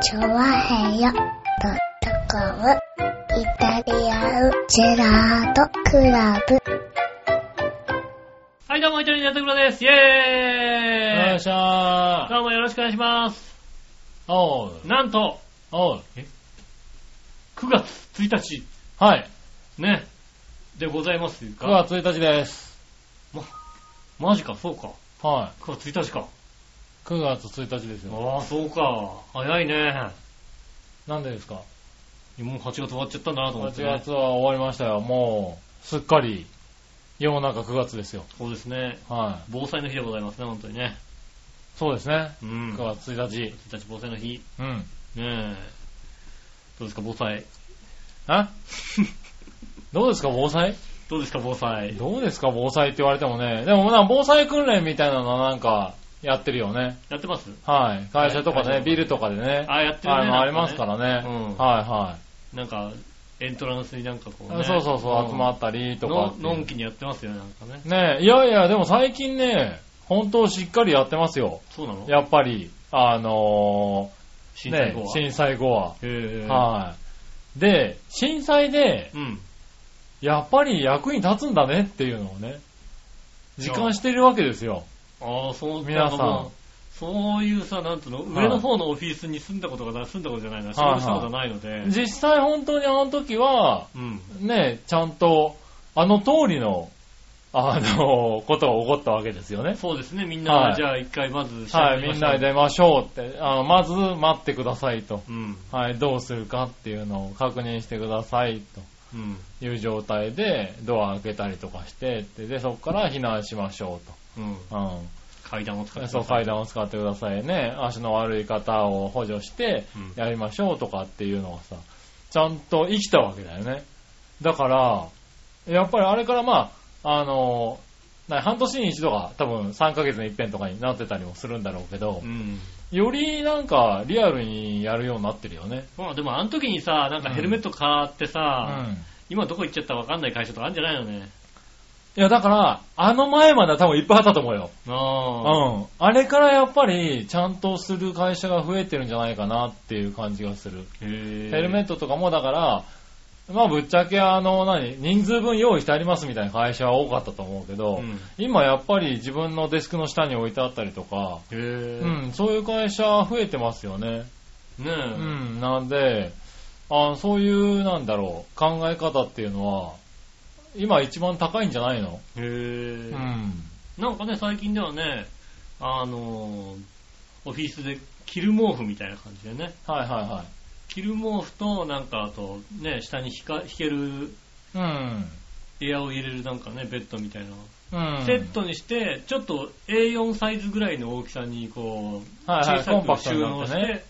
チョワヘヨドットコムイタリアンジェラートクラブ。はい、どうも、イタリアンジェラートクラブです。イェーよっイしゃー。どうもよろしくお願いします。おう、なんと、おう、 9月1日、はい。ね、でございますか。 9月1日です。マジか、そうか。は9月1日か。い。9月1日ですよ。ああ、そうか。早いね。なんでですかもう8月終わっちゃったんだなと思っ ?8 て、ね。月は終わりましたよ。もう、すっかり、世の中9月ですよ。そうですね。は防災の日でございますね、本当にね。い。そうですね。うん。 9 9月1日。月1日防災の日。うん。ねえ。どうですか、防災。あ どうですか、防災どうですか、防災。どうですか、防災って言われてもね。でも、なんか防災訓練みたいなのはなんか、やってるよね。やってますはい。会社とかはいね、ビルとかでね。ああ、やってるね。あなんの、ありますかね。らね。うんはなんか、エントランスになんかこ、いうはね。い。そうそうそう、集まっったりとかのっていう。のんきにやってますよね、なんかね。ねえ、いやいや、でも最近ね、本当しっかりやってますよ。そうなのやっぱり、あのー震災ね後は。震災後は。へーはい。で、震災で、うん。やっぱり役に立つんだねっていうのをね、実感してるわけですよ。ああ、そう、皆さなんかもうそういうさ、なんつうの、はい上の方のオフィスに住んだことがな、住んだことじゃないな、仕はいは事いしたことはないので、実際本当にあの時は、うん。ねえ、ちゃんと、あの通りの、あのー ことが起こったわけですよね。そうですね、みんな、はいじゃあ一回まず、はい、みんなで。出ましょうって、あのまず待ってくださいと。うん。はい、どうするかっていうのを確認してくださいうん。という状態で、ドア開けたりとかしてって、で、そこから避難しましょううん。と。階段を使うっん。て。そう、階。段を使ってくださいね。足の悪い方を補助してうん、やりましょうとかっていうのがさ、ちゃんと生きたわけだよね。だから、やっぱりあれからまあ、あの、な半年に一度が多分3ヶ月に一遍とかになってたりもするんだろうけどう、ん。よりなんかリアルにやるようになってるよね。まあでもあの時にさ、なんかヘルメット買ってうさ、ん。今どこ行っちゃったかわかんない会社とかあるんじゃないのね。いや、だから、あの前までは多分いっぱいあったと思うよ。うああ。ん。あれからやっぱり、ちゃんとする会社が増えてるんじゃないかなっていう感じがする。ヘヘルメッットとかもだから、まあぶっちゃけあの、何、人数分用意してありますみたいな会社は多かったと思うけど、うん今やっぱり自分のデスクの下に置いてあったりとか、ト。へえ。うん、そういう会社は増えてますよね。ねえ。うん、なんで、あそういう、なんだろう、考え方っていうのは、今一番高いんじゃないのへえう。ん。なんかね、最近ではね、あのーオフィスで着る毛布みたいな感じでね、はいは着る毛布と、なんかあと、ね、下に引か引ける、いはい。エアを入れるなんかね、ベッドみたいな、うん。うん。セットにして、ちょっと A4 サイズぐらいの大きさに、こう、はいはい小コンパさく収クトにな納っしてて、ね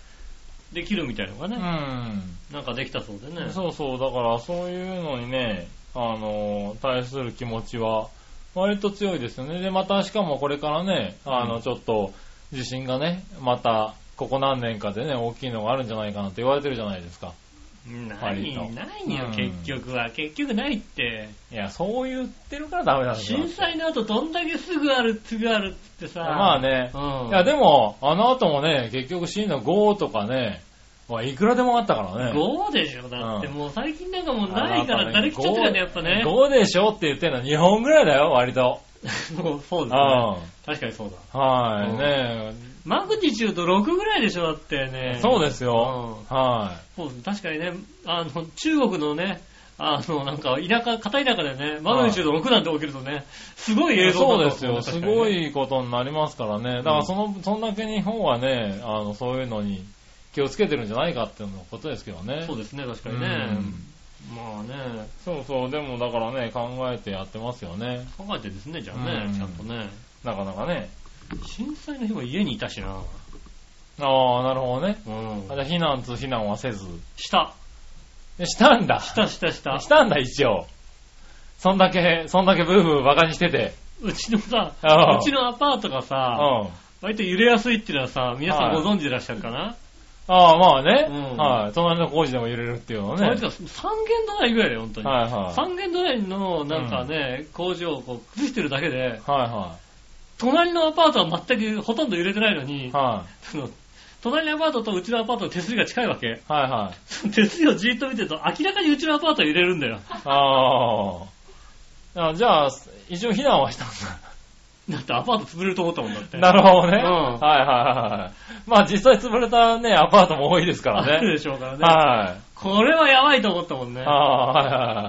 できるみたいなのがうね、ん。なんかできたそうでね。そうそう、だからそういうのにね、あの、対する気持ちは、割と強いですよね。で、またしかもこれからね、あうの、ちょっと、地震がね、また、ここ何年かでね、大きいのがあるんじゃないかなって言われてるじゃないですか。な割い、とないよう、ん結局は。結局ないって。いや、そう言ってるからダメなんだよ震。災の後どんだけすぐある、すぐあるってさ。まあねうん。いや、でも、あの後もね、結局震度5とかね、まあいくらでもあったからね。 5でしょだってうんもう最近なんかもうないから慣れきっちゃったよね、やっぱね。 5でしょって言ってんのは日本ぐらいだよ、割と。もうそううでん。すね。確かにそうだ。はい、うんねマグニチュード6ぐらいでしょだってね。そうですよ。はい、うん。そう確かにね、あの、中国のね、あの、なんか、田舎、片田舎でね、マグニチュード6なんて起きるとね、すごい映像そだうでとす思よ。ねす確かにねごいことになりますからね。だからその、そんだけ日本はね、あの、そういうのに気をつけてるんじゃないかっていうのことですけどね。そうでですね、確かにね。まあね、そうそう、でもだからね、考えてやってますよね。考えてですね、じゃあね、うんちゃんとね。なかなかね。震災の日も家にいたしな。ああ、なるほどね。うんあ。じゃあ避難と避難はせず。した。えしたんだ。したしたした。したんだ、一応。そんだけ、そんだけブーブーバカにしてて。うちのさ、うんうちのアパートがうさ、ん。割と揺れやすいっていうのはさ、皆さんはいご存知でらっしゃるかな、ああ、まあね。うんはい。隣の工事でも揺れるっていうのはね。割と三軒隣ぐらいだよ、本当に。はいはい。三軒隣のなんかね、工場をこう崩してるだけで、はいは隣のアパートは全くほとんど揺れてないのにい。、はい。その隣のアパートとうちのアパートの手すりが近いわけ。 はいはい。手すりをじーっと見てると、明らかにうちのアパート揺れるん だよ。あーあ。じゃあ、一応避難はしたんだってアパート潰れると思ったもんだって。だ。なるほどね。うんはいはいはいはい。まあ実際潰れたね、アパートも多いですからあるね。でしょうからね。はこれはやばいと思ったもんねい。。ああー、はいは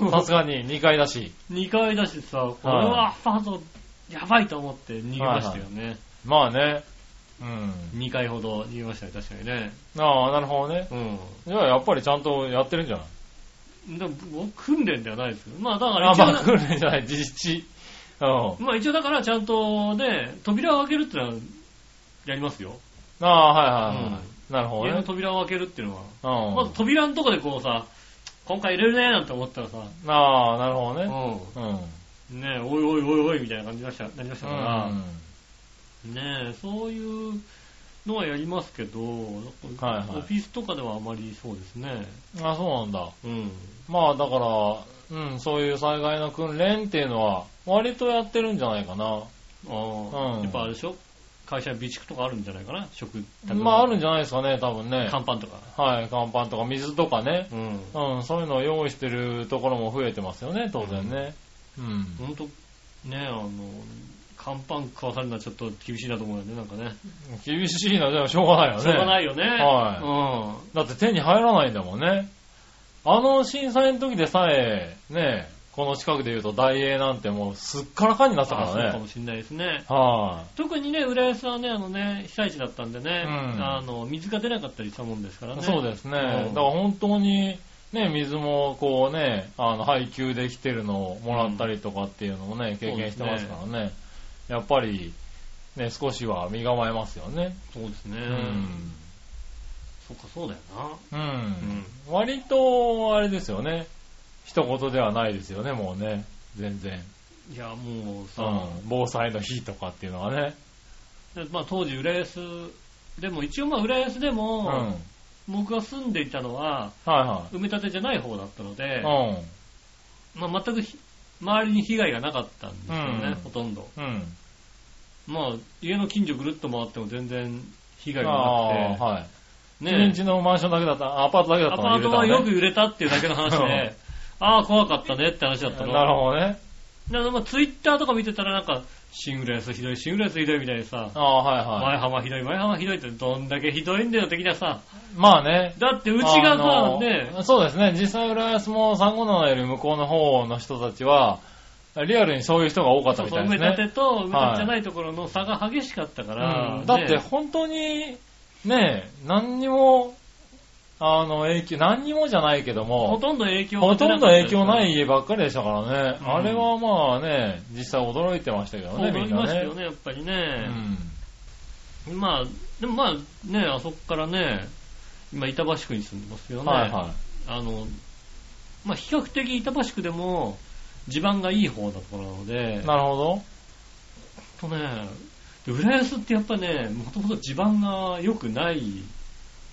いはい。さすがに2階だし。 2階だしさ、これはアパート、やばいと思って逃げましたよね。まあね。うん。 2階ほど逃げましたよ、確かにね。ああ、なるほどね。うじゃあやっぱりちゃんとやってるんじゃないん。でも、僕訓練ではないですけど。まあだからあ、一応まあな、訓練じゃない、実地。うん。まあ一応だからちゃんとね、扉を開けるってのは、やりますよ。ああ、はいはいはい。なるほ家どのね。扉を開けるっていうのは。うん。まず扉のとこでこうさ、今回入れるねーなんて思ったらさ、ああ、なるほどうね。うん。ん。ねえ、おいおいおいおいみたいな感じになっちゃなりましたから、うねえ、そういうのはやりますけど、はいはいオフィスとかではあまりそうですね。ん。あ、そうなんだ。うん。まあだから、うん、そういう災害の訓練っていうのは、割とやってるんじゃないかな。ああ、うんやっぱあれでしょ会社に備蓄とかあるんじゃないかな食まああるんじゃゃないですかね、多分ね。乾パンとか。はい、乾パンとか水とかね。うん。うん、そういうのを用意してるところも増えてますよね、当然ね。うん。ほんと、ねえ、あの、乾パン食わされるのはちょっと厳しいなと思うよね、なんかね。厳しいな、でもしょうがないよね。しょうがないよね。はだって手に入らないんだもんね。あの震災の時でさえ、ね、この近くで言うと大英なんてもうすっからかんになうっん。たかあそうらかね。もしれないですね。は特にね、浦安はね、あのね、被災地だったんでね、うんあの、水が出なかったりしたもんですからい、ね。そうですね。うんだから本当に、ね、水もこうね、あの、配給できてるのをもらったりとかっていうのもね、経験してますからね。やっぱり、ね、少しは身構えますよね。そうですね。うん。そっか、そうだようん。な。うん。割と、あれですよね。一言ではないですよね、もうね。全然。いや、もうさ、うん、防災の日とかっていうのはね。でまあ、当時、浦安、でも一応、まあ、浦安でうん。はいも、僕が住んでいたのは、は埋め立てじゃない方だったのい。で、うまん。あ、全くひ周りに被害がなかったんですよね、うんほとんど。うん。まあ、家の近所ぐるっと回っても全然被害あがあなー、くはい。て、ねね日のマンションだけだった、アパートだけだっアたパートは揺よれたのくね揺れたっていうだけの話で、ああ、怖かったねって話だったの。なるほどね。だからまあツイッターとか見てたらなんか、シングルやスひどい、シングルやスひどいみたいにさ、ああ、はいは前浜ひどい、前浜ひどいってどんだけひどいんだよ的なさ、い。まあね。だってううちがさ、ね、そうですね。実際、浦安も357より向こうの方の人たちは、リアルにそういう人が多かっそたうみそうた埋いでめすね。立てと埋め立てじゃないところの差が激しかったから、うんだってね本当に、ね何にも、あの、影響、何にもじゃないけども、ほとんど影響がほ出とかんっどたです影響ない家ばっかりでしたからね。うんあれはまあね、実際驚いてましたけどそうね、思みいんなましたねよ。ね、やっぱりうね。ん。まあ、でもまあね、あそこからね、今板橋区に住んでますよね。はいはあの、まあ比較的板橋区でも地盤がいい方だったなのでい。、なるほほんとね、で浦安ってやっぱね、もともと地盤が良くない。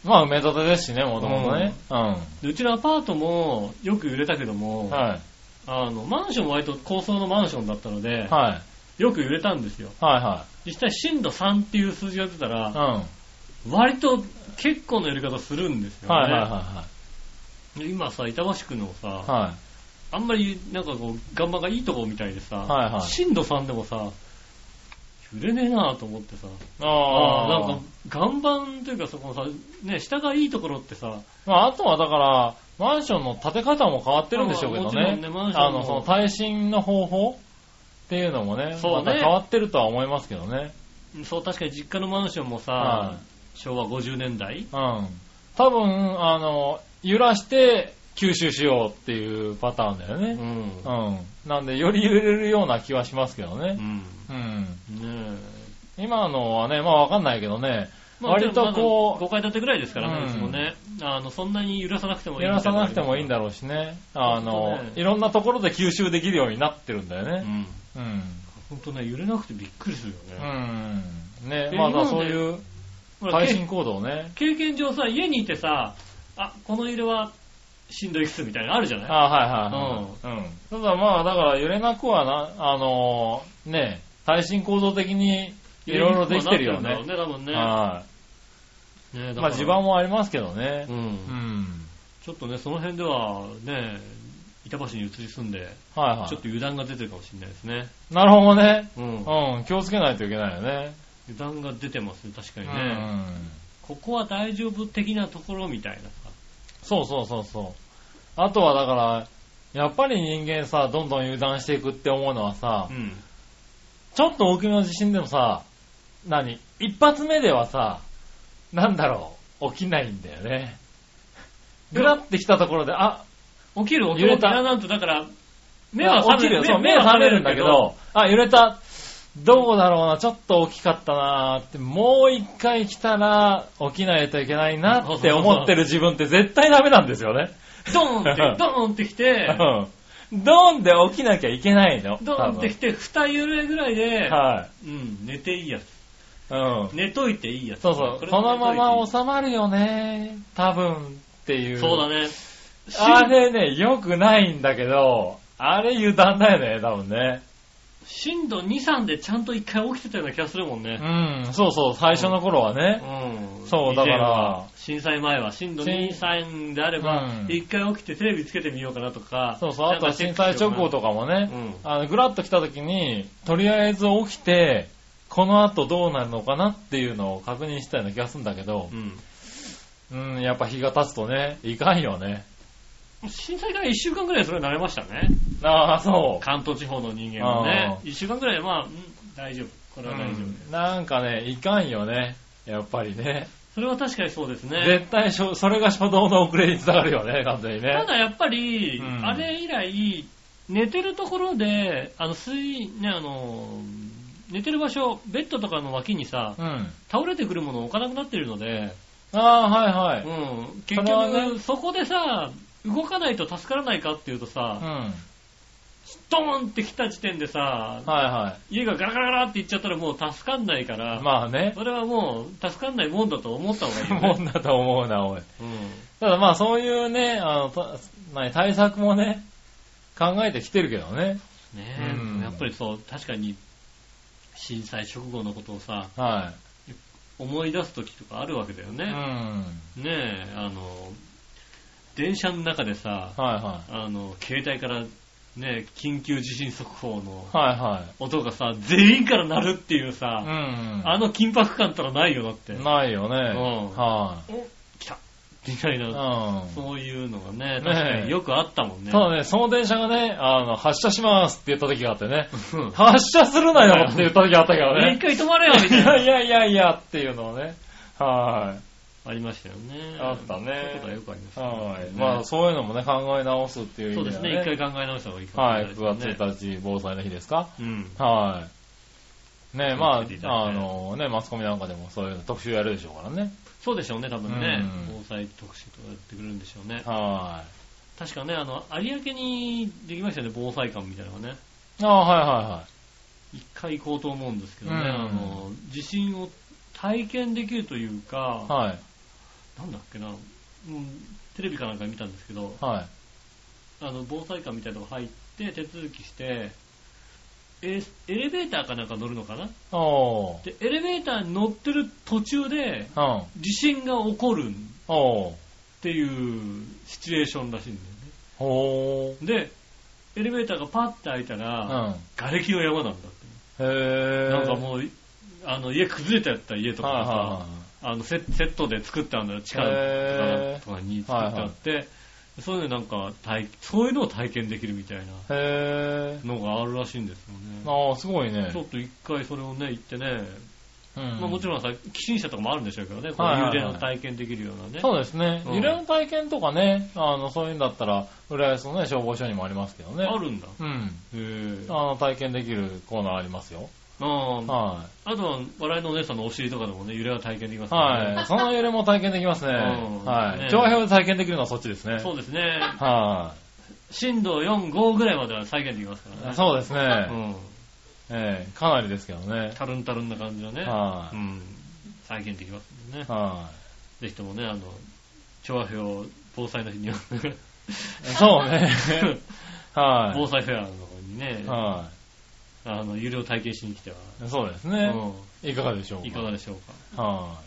ど。まあ埋め立てですしね、もともとね。うん。でうちのアパートもよく揺れたけども、はい。あの、マンションも割と高層のマンションだったので、はい。よく揺れたんですよ。は実際震度3っていう数字が出たいら、はい。割と結構な揺れ方するんですうよん。ね。はいはいはで今さ、板橋区のさい、はい。はあんまりなんかこう、岩盤がいいとこみたいでさ、はいはい震度3でもさ、揺れねえなと思ってさ、い。ああ。なんか岩盤というかそこのさ、ね、下がいいところってさ、まああとはだから、マンションの建て方も変わってるんでしょうけどまあもちろんねね。マンションもあの、その耐震の方法っていうのもね、そうまねた変わってるとは思いますけどね。そう確かに実家のマンションもさ、はい昭和50年代うん。多分、あの、揺らして吸収しようっていうパターンだようね。ん。うん。なんで、より揺れるような気はしますけどうね。ん。うん。ね今のはね、まあわかんないけどね、まあ割とこう5階建てぐらいですからうね、んうちもね。あの、そんなに揺らさなくてもいい揺らさなくてもいいんだろろうしね。あ本の当ね、いろんなところで吸収できるようになってるんだようね。ん。うん。ほんとね、揺れなくてびっくりするようね。ん。ね、え今まだまでそういうほら耐け震行動ね。経験上さ、家にいてさ、あ、この揺れはしんどいっすみたいなのあるじゃないあはいはいはい。うん。ただまあ、だから揺れなくはな、あのーね、耐震構造的にいろいろできてるよ揺れねにくくはなってるんだろうね、多分ね。はい。ねだからまあ地盤もありますけどねう。んうん。ちょっとね、その辺では、ね、板橋に移り住んで、はいはちょっと油断が出てるかもしれないですね。い。なるほどね。うん。うん、気をつけないといけないよね。油断が出てますね、確かうにね。ん。ここは大丈夫的なところみたいなさ。そうそうそうそう。あとはだから、やっぱり人間さ、どんどん油断していくって思うのはさう、ん。ちょっと大きめの地震でもさ、何一発目ではさ、なんだろう、起きないんだよね。ぐらってきたところで、あ、起きる、起きる。揺れただなんと、だから、目目はは覚覚めめるるよ。よ。そう、目は覚めるんだけど、あ、揺れた。どうだろうな、ちょっと大きかったなーって、もう一回来たら起きないといけないなって思ってる自分って絶対ダメなんですよね。目は覚めるんだけど、ドーンって、ドーンってきて、うん。ドンで起きなきゃいけないの。ドーンってきて、二揺れぐらい多で分、はうん、寝ていいやつ。い。うん。寝といていいやつ。そうそう。れこのまま寝と収まるよね。多分っていい。うていいそうだね。あれね、良くないんだけど、あれ油断だよね、多分ね。震度2、3でちゃんと一回起きてたような気がするもんね。うん、そうそう、最初の頃はね。うんそうだから以前は震災前は震度2、3であればうん、一回起きてテレビつけてみようかなとか。そうそう、あとは震災直後ととかもね、うんあの、ぐらっと来た時に、とりあえず起きて、この後どうなるのかなっていうのを確認したような気がするんだけどう、ん。うん、やっぱ日が経つとね、いかんよね。震災から1週間ぐらいそれ慣れましたね。ああ、そう。関東地方の人間はね。う1週間ぐらいはまあ、うん大丈夫。これは大丈夫です。うんなんかね、いかんよね。やっぱりね。それは確かにそうですね。絶対しょ、それが初動の遅れにつながるよね、完全にたね。だやっぱり、うんあれ以来、寝てるところで、あの、水、ね、あの、寝てる場所、ベッドとかの脇にさ、うん。倒れてくるものを置かなくなってるので、ああ、はいはい。うん。結それは局、そこでさ、動かないと助からないかっていうとうさ、ん。ドーンって来た時点でさ、はいは家がガラガラガラって行っちゃったらもう助かんないから、い。まあね。それはもう助かんないもんだと思った方がいいよ もね。んだと思うな、おい。うただまあそういうね、あの、た何対策もね、考えてきてるけどね。ん。ねえ、うんやっぱりそう、確かに、震災直後のことをさ、は思い出す時とかあるわけだよい。うね。ん。ねえ、あの、電車の中でさ、はいはい。あの、携帯から、ね、緊急地震速報のはいは音がさ、全員から鳴るっていうさ、い。うん。あの緊迫感ったらないよ、だって。ないよね。うんはい。お来たみたいうな、ん。そういうのがね、ね確かによくあったもんね。ただね、その電車がね、あの、発車しますって言った時があってね、うん発車するなよって言った時があったけど一ね、回止まれよみいたい やいな。やいやいやっていうのをね、はありましたよね。あったねそういうことはよくありましい。たね、はい。ねまあそういうのもね、考え直すっていう意そう味でではすね。ね、一回考え直した方がいいかもしはれい、ないですね。 9月1日防災の日ですかうん。はい。ねえ、ま気をつけていただあ、いあてのね、マスコミなんかでもそういう特集やるでしょうからね。そうでしょうね、多分ねう。ん防災特集とかやってくれるんでしょうね。は確かね、あの、有明にできましたよね、防災館みたいなのがね。い。ああ、はいはいはい。一回行こうと思うんですけどね、うんあの、地震を体験できるというか、はい、なんだっけな、うん、テレビかなんか見たんですけど、はい。あの、防災館みたいなのが入って、手続きして、エエレベーターかなんか乗るのかなおー。で、エレベーターに乗ってる途中で、うん。地震が起こるっおー。ていうシチュエーションらしいんだほよね。で、エレベーターがパッて開いたー。うら、ん。瓦礫の山なんだって。へー。なんかう、もう、あの、家崩れちゃった家とかはいさ、はあのセ、セットで作ってあるのよ、地下へーとかに作ってあって、そういうのなんか体、そういうのを体験できるみたいないはい。へのがあるらしいんですよー。ね。ああ、すごいねちょ。っと一回それをね、行ってね、うんまあもちろんさ、寄進者とかもあるんでしょうけどね、こうはいいうはいはい幽霊の体験できるようなね。そうですね。うん揺れの体験とかね、あの、そういうんだったら、浦安のね、消防署にもありますけどね。あるんだ。うん。へあーの、体験できるコーナーありますよ。あはああとは、笑いのお姉さんのお尻とかでもね、揺れは体験できますい。からねはい。 その揺れも体験できますね。うんはねい。長編で体験できるのはそっちですね。そうですね。は震度4、5ぐらいまでは再現できますからい。ね。そうですね。うん。ええかなりですけどね。タルンタルンな感じのね、はうい。ん、再現できますもんね。はぜひともね、あの、調和表防災の日に は、い。そうね。 は防災フェアの方にねい。、はあの、有料体験しに来ては、い。そうですうね。んいかがでしょうか。いかがでしょうか。は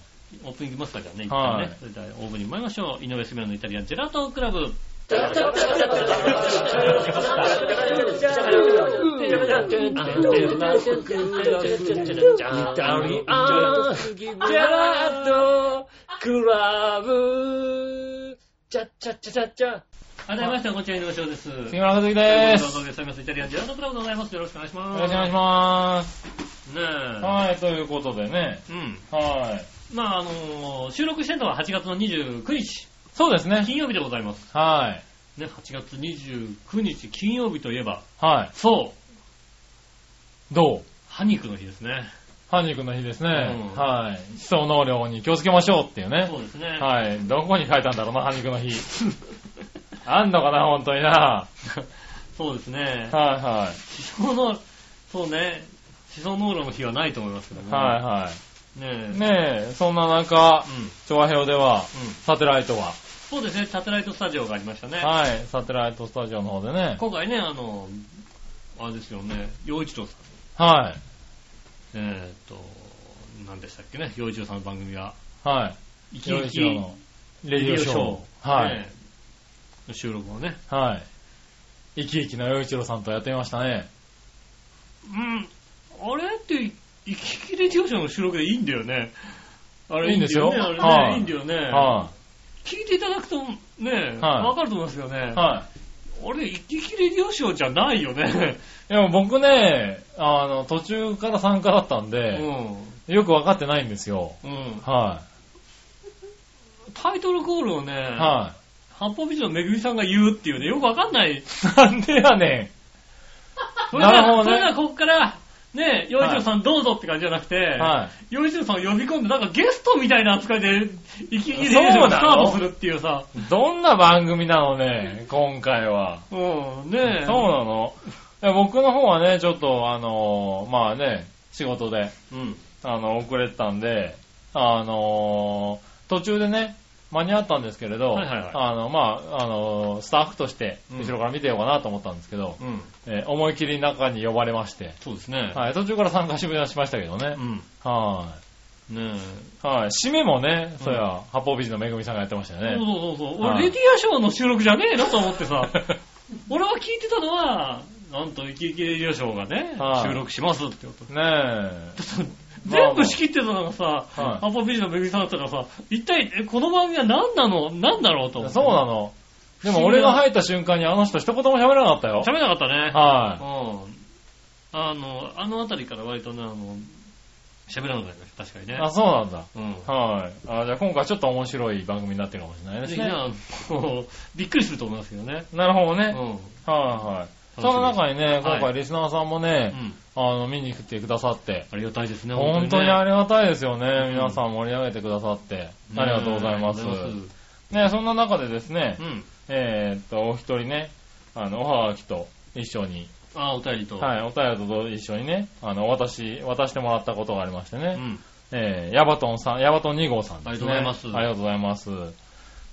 オープニングいきますか、じゃあね、一旦はいね。それではオープニング参りましょう。井上杉村のイタリアンジェラートクラブ。ありがとうございました。こんにちら井上翔です。杉村和樹というでことす。で、すみません、イタリアンジェラートクラブでございます。よろしくお願いします。よろしくお願いします。す。ねえ。はい、ということでね。うん。はい。まああのー収録してるのは8月の29日、そうですね。金曜日でございます。はい。ね、8月29日金曜日といえば、はそう、い。どう歯肉の日ですね。ハンジ君の日ですね。うんはい。思想能量に気をつけましょうっていうねそ。うですね。はい。どこに書いたんだろうな、ハンジ君の 日。あんのかな、本当にな。そうですね。はいは思想の、そうね、思想能力の日はないと思いますけどい。も。。はいはいねい。え。ねえ、そんなう、中ん。調和表でうは、ん。サテライトは、そうですね、サテライトスタジオがありましたね。はい、サテライトスタジオの方でね、今回ね、あの、あれですよね、洋一郎さん。はえーっと、何でしたっけね、洋一郎さんの番組が。い、は生い、き洋生一き郎のレディオショー、はい、ねえ収録をね。はい、生き生きの洋一郎さんとやってみましたね。うん。あれって、生き生きレディオショーの収録でいいんだよね。あれいいんですいよいんだよね、あれはねいいいんだよね。は聞いていただくと、ね、はいわかると思いますよねい、。はい。あれ、生き生きレディオショーじゃないよね。いや、僕ね、あの、途中から参加だったんうで、ん。よくわかってないんですよ。うん。はタイトルコールをね、い、は八方美人のめぐみさんが言うっていうね、よくわかんない。い。なんでやねそれでは なるほどねそれではここから、ね、洋一郎さんどうぞって感じじゃなくて、ん。は洋一郎さんを呼び込んで、なんかゲストみたいな扱いで、生き生きレディオショーそうスタなーのトするっていうさ、い。どんな番組なのね、今回は。うん、ねえ。そうなのいや僕の方はね、ちょっと、あの、まあね、仕事で、うん。あの、遅れてたんで、あのー途中でね、間に合ったんですけれど、はいはいはいあの、まあ、あのースタッフとして、うん後ろから見てようかなと思ったんですけど、うん。えー思い切り中に呼ばれまして、そうですね。はい、途中から参加ししましたけどねう。ん。はねい。はい。締めもね、そうや、八方美人のめぐみさんがやってましたよえ。そうね。そうそうそう。は俺、いレディアショーの収録じゃねえなと思ってさ、俺は聞いてたのは、なんと、イキイキレディアショーがね、はい収録しますってこと。ねまあまあ 全部仕切ってたのがさ、はいアポビジのめぐみさんだったからさ、一体、えこの番組は何なの何だろうと思え。って。そうなの。でも俺が入った瞬間にあの人一言も喋らなかったよ。喋れなかったね。はうん。あの、あのあたりから割とね、あの、喋らなくなりました、確かにい。ね。あ、そうなんだ。うん。はい。あじゃあ今回ちょっと面白い番組になってるかもしれないでぜひすねね。あの びっくりすると思いますけどね。なるほどうね。ん。うん。はいはい。その中にね、今はい回リスナーさんもね、あの、見に来てくださって、ありがたいですね、本当にねありがたいですよね。ん皆さん盛り上げてくださって、ねありがとうございますあり。がとうございまね、そんな中でですねすう、ん。えーっと、お一人ね、あの、おはがきと一緒に、あ、お便りと。はい、お便りと一緒にね、あの、私、渡してもらったことがありましてね、うん。えー、ヤバトンさん、ヤバトン2号さんですね。ありがとうございますありがとうございます。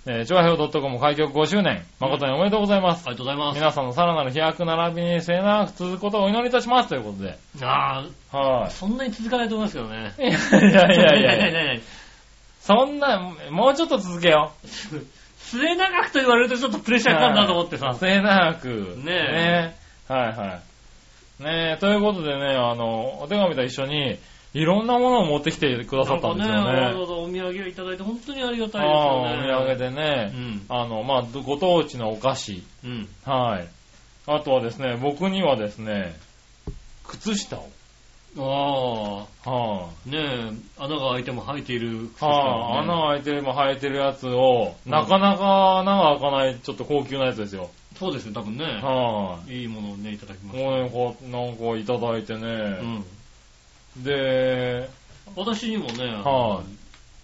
えー、調和表 .com 開局5周年、誠におめでとうございます。ありがとうございます。皆さんのさらなる飛躍並びに末永く続くことをお祈りいたしますということで。あはあ、そんなに続かないと思いますけどね。い。いやいやいやいやいややいや。そんな、もうちょっと続けよう。 末長くと言われるとちょっとプレッシャーかかるなと思ってさ。末永く。ねえ。はいはい。ねえ、ということでね、あの、お手紙と一緒に、いろんなものを持ってきてくださなっんたかんね、ですよわざね。わざお土産をいただいて本当にありがたいですあよね。あお土産でね。うん。あの、まあ、どご当地のお菓子。うん。はい。あとはですね、僕にはですね、靴下を。あはあ、ねえ、穴が開いても履いている靴い、はい、ね穴が開いてる、も生えてるやつを、なかなか穴が開かない、ちょっと高級なやつですよ。そうですね、多分ね。、はいいものをね、いただきい、ましもうね、こう、なんかいただいてた。うね。ん。で、私にもね、あのはい、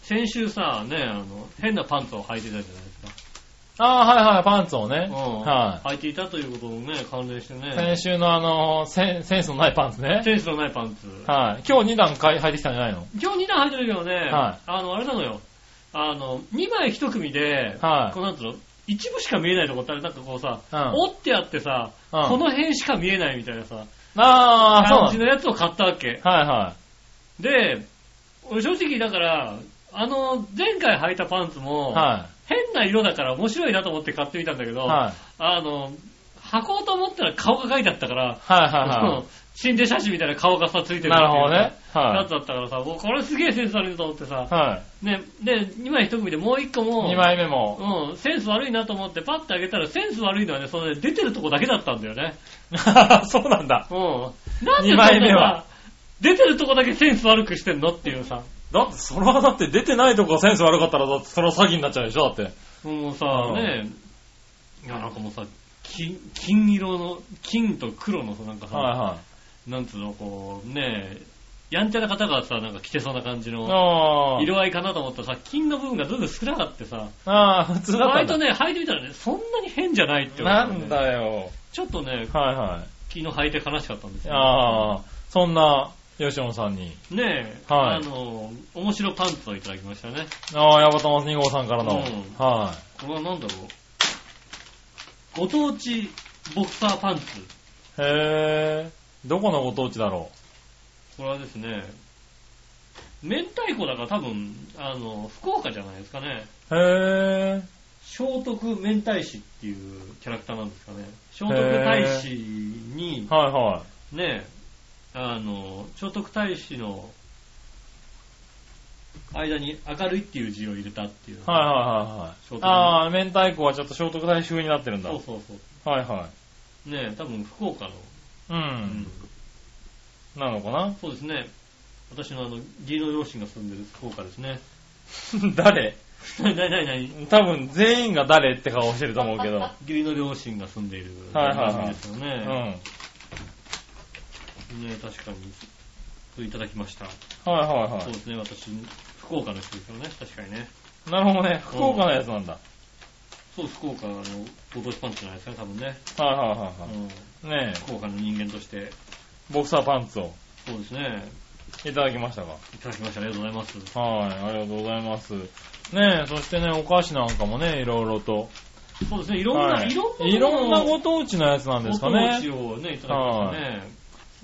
先週さ、ね、あの、変なパンツを履いてたじゃないですか。ああ、はいはい、パンツをね。うん。はい、履いていたということをね、関連してね先。週のあの、センセンスのないパンツね。センスのないパンツ。はい、今日2段買い入ってきたんじゃないの今日2段履いてるけどね、はあの、あれなのよ。あの、2枚1組で、はいこうなんつうの一部しか見えないとこってあれなんかこうさ、うん折ってあってさ、うんこの辺しか見えないみたいなさ、ああ、そう感なんじだのやつを買ったわけ。はいはい。で、俺正直だから、あの、前回履いたパンツも、は変な色だから面白いなと思って買ってみたんだけど、い。はい。あの、履こうと思ったら顔が書いてあったから、はいはいあはの心霊写真みたいな顔がさついてい。るっていうなるほどね。やはつだったからさ、もうこれすげえセンス悪いと思ってさ、い。はね、で、2枚一組でもう1個い。も、 2枚目も。うん、センス悪いなと思ってパッてあげたら、センス悪いのはね、そのね出てるとこだけだったんだよ ね。そうなんだ。うん。なんで二枚目はそんなさ出てるとこだけセンス悪くしてんのっていうさ。だって、それはだって出てないとこがセンス悪かったら、だってそれは詐欺になっちゃうでしょ、だって。もうさ、うんねえ、いやなんかもうさ、金、金色の、金と黒のさ、なんかさ、はなんつうの、こう、ねえ、やんちゃな方がさ、なんか着てそうな感じいはい。のああ。色合いかなと思ったらさ、金の部分がずんどん少なかったさ、ああ、普通だった割んだとね、履いてみたらね、そんなに変じゃないって思なってねんだよ。ちょっとね、はいは昨日履いて悲しかったんですい。よ。ああ、そんな、吉野さんに。ねえ、はいあの、面白パンツをいただきましたね。ああ、ヤバトマス2号さんからの。うんはこれはなんだろう。ご当地ボクサーパンツ。い。へえ。どこのご当地だろこれはですね、明太子だから多分、あの、福岡じゃないですかね。う。へえ。聖徳明太子っていうキャラクターなんですかね。聖徳太子に、はいはね、あの、聖徳太子の間に明るいっていう字を入れたっていう。い。はいはいはいは聖い。徳ああ、明太子はちょっと聖徳太子風になってるんだ。そはういそうそう。はねえ、多分福岡の、い。うん。なのかな そうですね。私のあの、義理の両親が住んでる福岡ですね。 誰なになになになに多分全員が誰って顔してると思 うけど。義理の両親が住んでいるはいはいはい感じですよね。うん。ねはいえ確かに。いただきました。はいはそうですね、私、福岡の人ですよね、確かにね。い。なるほどね。福岡のやつなんだ。そう、福岡のご当地パンツじゃないですかね、多分ね。はいはいはいはうんい。ね福岡の人間として。え、ボクサーパンツをそうですね、いただきましたか。いただきました。ありがとうございます。はい、ありがとうございます。ねえ、そしてね、お菓子なんかもね、いろいろと。そうですね、いろんな、、はいろんな、いろんなご当地のやつなんですかご当地ね。をね、いただきましたね。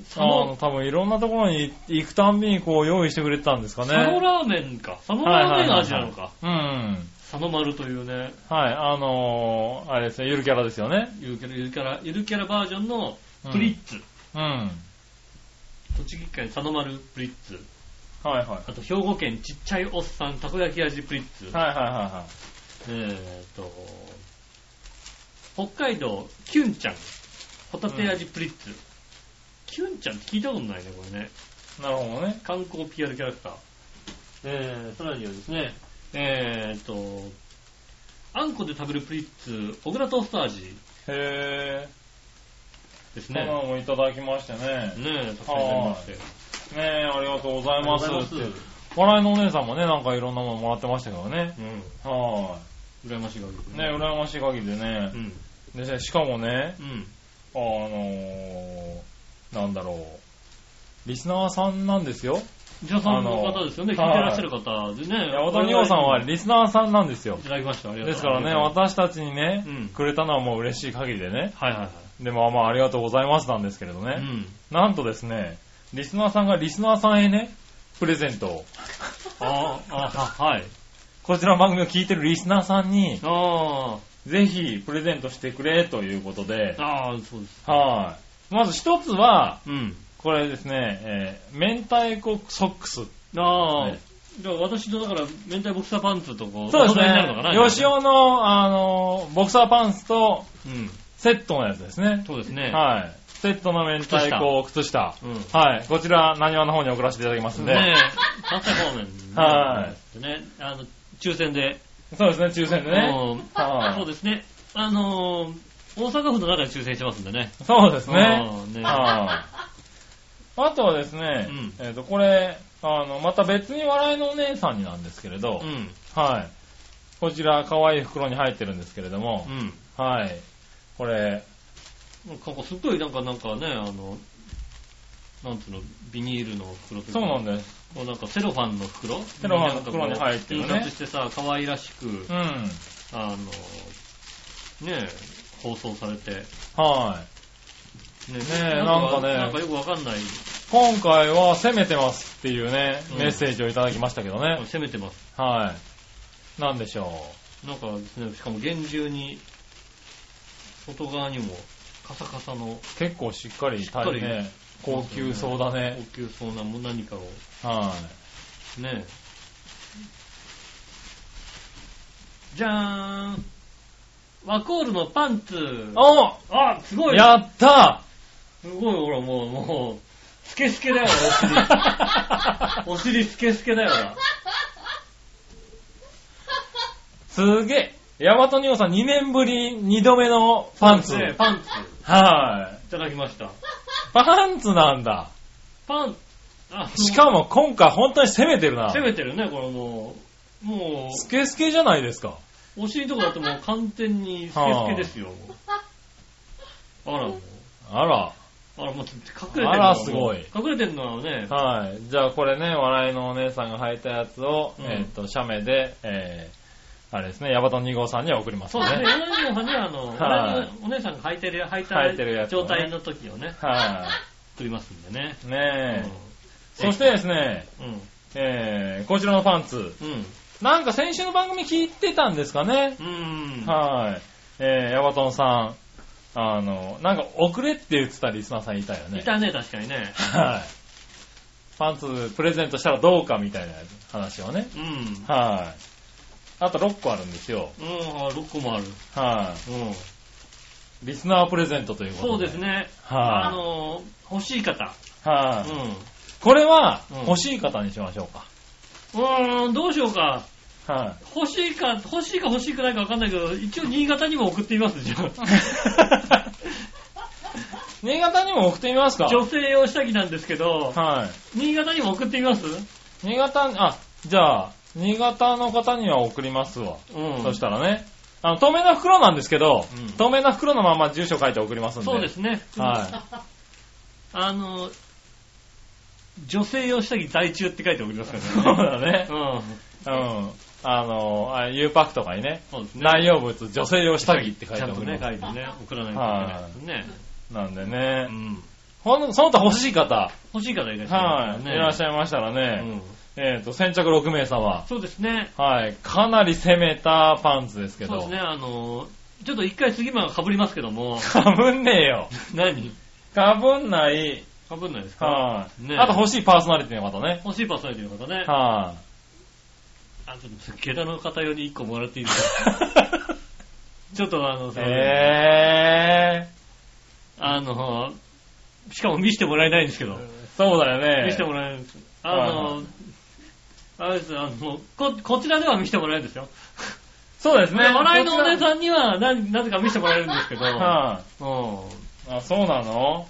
佐あの、野多分いろんなところに行くたんびにこう用意してくれてたんですかね。佐野ラーメンか。佐野ラーメンの味なのか。うん。佐野丸というね、はい、あのーあれですね、ゆるキャラですよね。ゆるキャラ、ゆるキャラ、ゆるキャラバージョンのうんプリッツ。うん。はい栃木県佐野丸プリッツ。はい。はいあと兵庫県ちっちゃいおっさんたこ焼き味プリッツ。はいはえーと、北海道キュンちゃんホタテ味プリッツ。キュンちゃんって聞いたことないね、これね。いはい。なるほどね。観光 PR キャラクター。えー、さらにはですね、えーと、あんこで食べるプリッツ、小倉トースト味へですぇー。こんなね。のもいただきましてね。ねえ、たくさんいただきまして。ねえ、ありがとうござあいます。う笑いのお姉さんもね、なんかいろんなものもらってましたけどね。ん。は羨ましいわけですい。ね、羨ましい限りでねう。ん。でねしかもね、うん。あのー、なんだろう。リスナーさんなんですよ。じゃあ、その方ですよね。聞いあてのらっしゃる方でね。八幡二郎さんは我々にリスナーさんなんですよい。ただきました。ありがとでうすからね、ありがとう私たちにねうん、くれたのはもう嬉しい限りでね。はいはいで、まあまあありがとうございますなんですけれどはい。うね。ん。なんとですね、リスナーさんがリスナーさんへね、プレゼントを。あーあー、ははい。こちらの番組を聞いてるリスナーさんに、あぜひプレゼントしてくれということであ、、ああ、そうです。はい。まず一つは、うん。これですね、えー明太子ソックス。ああ、ねじゃあ私のだから、明太ボクサーパンツとこそうですお揃いになるのかね。な吉尾の、あの、ボクサーパンツとうん。セットのやつですね。そうですね。はい。セットの明太子、靴下。うん。はい。こちら、何話の方に送らせていただきますんで。ねえ、関西方面にはね、あの、抽選で。そうですね、抽選でね。うんはいそうですね。あのー、大阪府の中で抽選してますんでね。そうですね。うんねはい あとはですね、うんえっ、と、これ、あの、また別に笑いのお姉さんになんですけれど、うん。はい。こちら、可愛い袋に入ってるんですけれども、うはい。これ、ん。なんかこうすっごいなんか、なんかね、あの、なんつうの、ビニールの袋というかそうなんです。こうなんかセロファンの袋セロファンの袋に入ってるね印刷してさ、可愛らしく、うん。あの、ねえ、包装されて。はい。ねえなんかねなんかよくわかんない今回は攻めてますっていうねう、んメッセージをいただきましたけどね。攻めてます。はい。なんでしょなんかですね、しかも厳重に、外側にもカサカサのう。結構しっかり、っかりねね、高級そうだ高ね。級そうなも何かをはねじゃーん。ワコールのパンツい。。おあ、すごい。やったすごい、ほら、もう、もう、スケスケだよ、 お尻。お尻スケスケだよ、ほら。すげえヤマトニオさん2年ぶり2度目のパンツ。ねパンツ。いはい。ただきました。パンツなんだ。パン、あ、しかも今回本当に攻めてるな。攻めてるね、これもう。もスケスケじゃないですか。う、お尻のとこだともう完全にスケスケ ですよ。あら、もう。あら。あら、もう、隠れてるのはあらすごい隠れてるのはね、はい。じゃあこれね、笑いのお姉さんが履いたやつを、うんえっ、と、写メで、えー、あれですね、ヤバトン2号さんには送りますそうね。ですね、柳のさんには、あの、はいお姉さんが履いてる、履い履いてるやたつを状ね態の時をね、は作りますんでね。い。ねえ、うんそしてですね、うん。えー、こちらのパンツ。うん。なんか先週の番組聞いてたんですかね。うん。はい。えー、ヤバトンさん。あの、なんか遅れって言ってたリスナーさんいたよね。いたね、確かにね。はい。パンツプレゼントしたらどうかみたいな話をね。うん。はい。あと6個あるんですよ。うん、あ、6個もある。はうん。い。リスナープレゼントということで。そうです。ね。あはい、の、欲しい方。うはい、ん。これはうん欲しい方にしましょううーん、どうしようか。か。はい。欲しいか、欲しいか欲しくないか分かんないけど、一応新潟にも送ってみます、じゃ あ。新潟にも送ってみますか。女性用下着なんですけど、はい。新潟にも送ってみます新潟に、あ、じゃあ、新潟の方には送りますわ。うんそしたらね。あの、透明な袋なんですけど、うん透明な袋のまま住所書いて送りますんで。そうで。すね。はあの、女性用下着在中って書いて送りますか い。らそうだね。うん。うん。あの、あ U パックとかにね、そうですね。内容物、女性用下着って書いちてゃんおとくね、ね。書いてね、送らないといけないですね。なんでねう、ん。ほんその他欲しい方、欲しい方いらっしゃはい、いらっしゃゃいましたらいまねす、ねうんえっ、と、先着6名様。そうですね。はい、かなり攻めたパンツですけそうど。ですね、あの、ちょっと一回杉村が被りますけど も、かぶんねえ よ。何かぶんない。被んないですかはい、ねえあと欲しいパーソナリティの方ね。欲しいパーソナリティの方ね。はい、あ、ちょっと、下駄の方用に1個もらっていいですか ちょっとあの、そのえあの、しかも見せてもらえないんですけど。ー、そうだよね。見せてもらえないんです。あはの、あれです、あの、こ、こちらでは見せてもらえるんですよ。そうですね。笑いのお姉ん。さんにはな、なぜか見せてもらえるんですけど、 はうい、あ。そうなの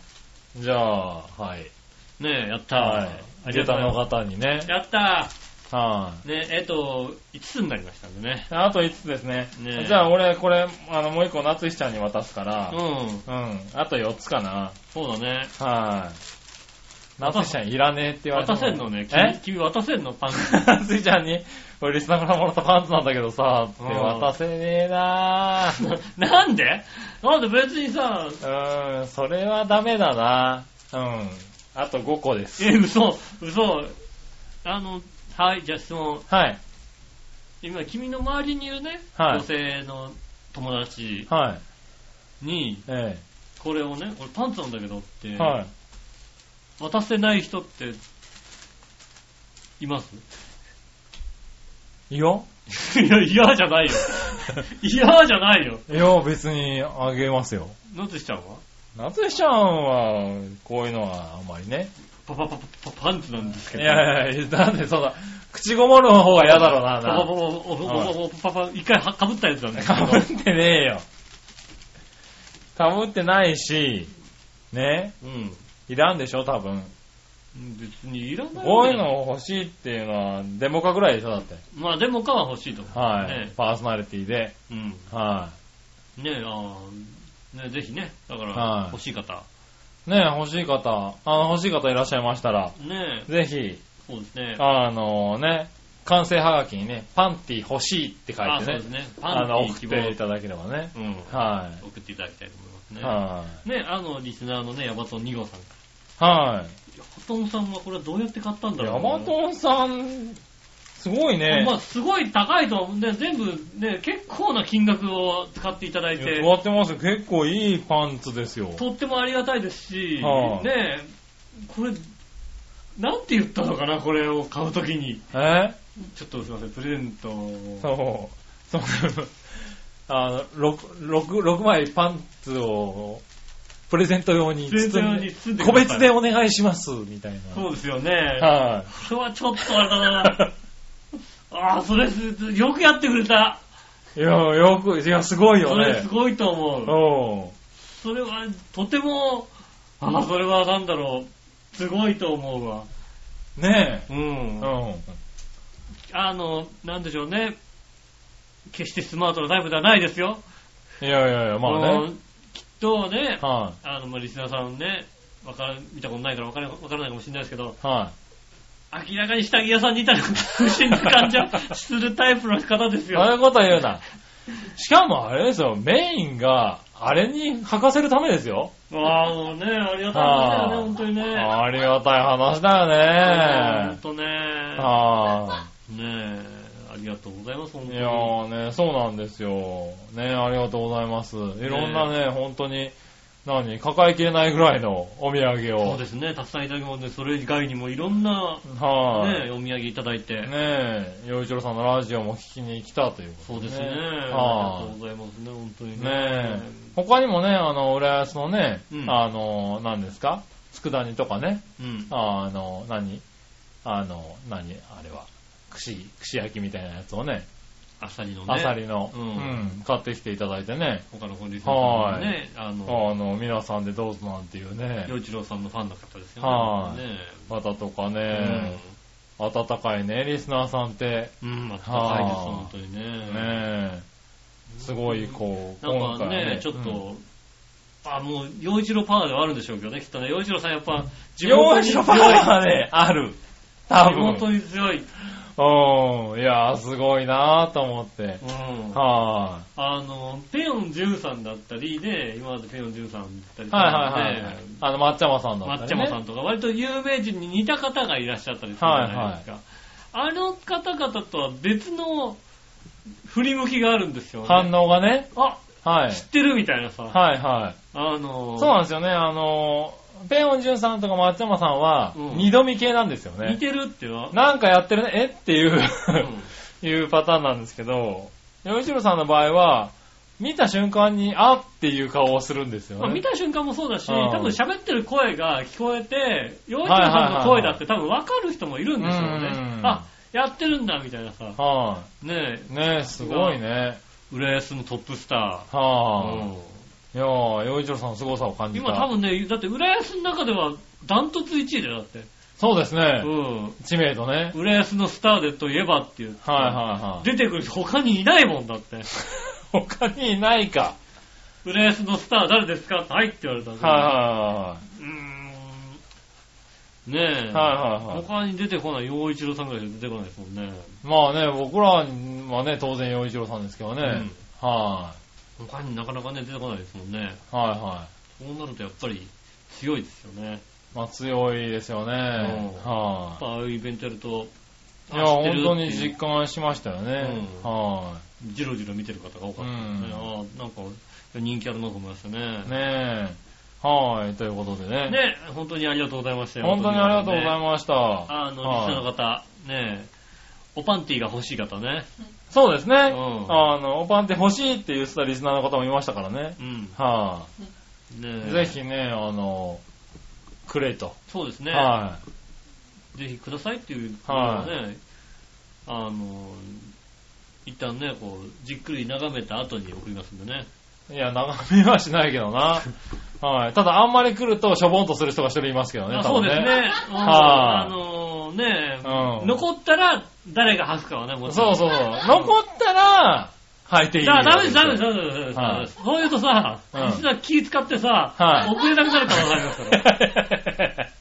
じゃあ、はい。ん。ねえ、やったー。はい。あり下がとうござ駄いのます方にね。やったはー。ねえ、えっと、5つになりましたんでね。い、あと5つですね。ねえじゃあ、俺、これ、あの、もう1個、夏日ちゃんに渡すから。うん。うん。あと4つかな。そうだね。はい。夏井ちゃんいらねえって言われて渡も。せんのね。君え君渡せんのパンツ。 夏井ちゃんに、俺リスナーからもらったパンツなんだけどさ、ってうん渡せねえなぁ。なんでなんで別にさ、うーん、それはダメだなうん。あと5個です。え、嘘、嘘。あの、はい、じゃあ質問。はい。今、君の周りにいるね、はい女性の友達はい。に、えこれをね、これパンツなんだけどってえ。、はい。渡せない人って、いますいやいや、嫌じゃないよ。嫌じゃないよ。いや、別にあげますよ。のつしちゃんは夏井ちゃんは、こういうのはあんまりね。パパパパパパンツなんですいけど。やいやいや、なんでそんな、口ごもる方が嫌だろうな、パ パなパパパパパパ一回はかぶったやつなんだけかぶど。ってねえよ。かぶってないし、ね、うん。いらんでしょ、多分。別にいらない。こういう。の欲しいっていうのは、デモ化ぐらいでしょ、だって。まあ、でもかは欲しいと思う。はい。ねパーソナリティで。うん。はねえ、あーねぜひね、だかはらい、欲しい方、い。ね欲しい方、あの、欲しい方いらっしゃいましたら、ねえ、ぜひ、そうですね。あのね、完成はがきにね、パンティ欲しいって書いあてそうねで、すね。あパンの、ティ送希っ望ていただければね。うんは送っていただきたいと思いますい。ね。はね、あの、リスナーのね、ヤバトン2号さんい。はい。ヤマトンさんはこれはどうやって買ったんだろヤうマトンさん、すごいね。まあ、すごい高いと思う。で、全部、ね、結構な金額を使っていただいいやて変、わってますよ。結構いいパンツですよ。とってもありがたいですし、はいねえ、これ、なんて言ったのかな、これを買うときに。えちょっとすいません、プレゼントを。そう。そう。 あの、6、六六枚パンツを、プレゼント用にプレゼント包用んにで、包んでく個ださい別でお願いします、みたいそうですよね。な。はい。これはちょっとあれだな。ああ、それす、よくやってくれた。 いや、よく、いや、すごいよそれねす。ごいと思う。うん。それは、とても、ああ、それはなんだろう。すごいと思うわ。ねえ。うんう。ん。あの、なんでしょうね。決してスマートなタイプではないですよ。いやいやいや、まあうね。んきっとね、はあの、まあ、リスナーさんね、わから、見たことないからわからわからないかもしれないですけど、い。は明らかに下着屋さんにいたら不審な感じはするタイプの方ですい。よ。そういうこと言うな。しかもあれですよ、メインが、あれに履かせるためですよ。ああ、もうね、ありがたいはね、本当にね。ありがたい話だ本よね。当ね。はねえ、ありがとうございます、本当い。に。いやーね、そうなんですよ。ね、ありがとうございます。いろんなね、本当に、何、抱えきれないぐらいのお土産そうを。ですね、たくさんいただきますね。それ以外にもいろんな、はい。ね、お土産いただいて。ねえ、洋一郎さんのラジオも聞きに来たというこそうとでですね。ね。ありはがとうございますね、本当い。にね。ねえ。他にもね、あの、浦安のね、うんあの、何ですか佃煮とかね、うん。あの、何あの、何あれは、串、串焼きみたいなやつをね、あさりのね。あさりの、うんうん買ってきていただいてね、他のコンディションさんもね、ああの、の、皆さんでどうぞなんていうね洋、一郎さんのファンの方ですよね。はいね方とかね、温かいね、リスナーさんって、うん。うん、あったかいです、はあ本当にね。ねえ、すごいこう、なんかはね、ちょっうんと、あ、もう、洋一郎パワーではあるんでしょうけどね、きっとね、洋一郎さんやっぱ、地用元意にし強ろい。パワーはね、ある。多地分。元に強い。うん。いやー、すごいなーと思ってう。ん。はあの、ペヨン13だったりね、今までペヨン13だったりい。とはいかはいはいね。あの、まっちゃまさんだまったっり、ちね。ゃまさんとか、割と有名人に似た方がいらっしゃったりするじゃないですか。あの方々とは別の振り向きがあるんですよね。反応がね。あ、はい。知ってるみたいなさ。はいはい。あの、そうなんですよね。あのー、ペヨンジュンさんとかまっちゃまさんは、うん二度見系なんですよ似ね。てるっては。なんかやってるね、えっていう、うん いうパターンなんですけど、ヨイチロさんの場合は、見た瞬間に、あっていう顔をするんですよね。まあ、見た瞬間もそうだし、うん多分喋ってる声が聞こえて、洋一郎さんの声だって多分分かる人もいるんでしょうはいはいはいねう。んあ、やってるんだみたいなさ。はい、ねねえ、すごいえ、ね。浦安のトップスター。はぁ、うんいやぁ、洋一郎さんの凄さを感じた。今多分ね、だって浦安の中ではダントツ1位だよ、だって。そうですね。う知名度ね。ん。浦安のスターでといえばっていう。はいはいはい。出てくる人他にいないもんだって。 他にいないか。浦安のスター誰ですかってはいって言われたんではうーんねえ、いはいはい。はいはいはい。他に出てこない、陽一郎さんぐらいしか出てこないですもんね。まあね、僕らはね、当然洋一郎さんですけどね。は他になかなかね、出てこないですもんね。い。はいはそうなるとやっぱり強いですよね。い。まあ強いですよね。うんやはっぱああいうイベントやると、い。いあ知や、って本る当っにていう実感しましたよね。うんはじろじろ見てる方が多かったですね。うんああなんか、人気あるなと思いましたね。い。ねえ。はい。ということでね。ね、本当にありがとうございましたよ本当にありがとうございす。ました。あの、リスはいナーの方、ね、おパンティーが欲しい方ね。そうですね。うんあの、おパンテ欲しいって言ってたリスナーの方もいましたからね。うん。はねい。ぜ。ひね、あの、くれと。そうですね。はぜひくださいっていうのはね、あの、一旦ね、こう、じっくり眺めた後に送りますんでね。い。いや、長めはしないけどな。はい。ただ、あんまり来ると、しょぼんとする人が一人いますけどね、あ多そう分ですね。うんはいあのね、うん残ったら誰が履くかはね、もちそろんうそうそう。残ったら、履いていいよ。だダメです、ダメです、ダメです。ダメはでいすそう言うとさ、うん実は気使ってさ、はい遅れなくなるからわかりますから。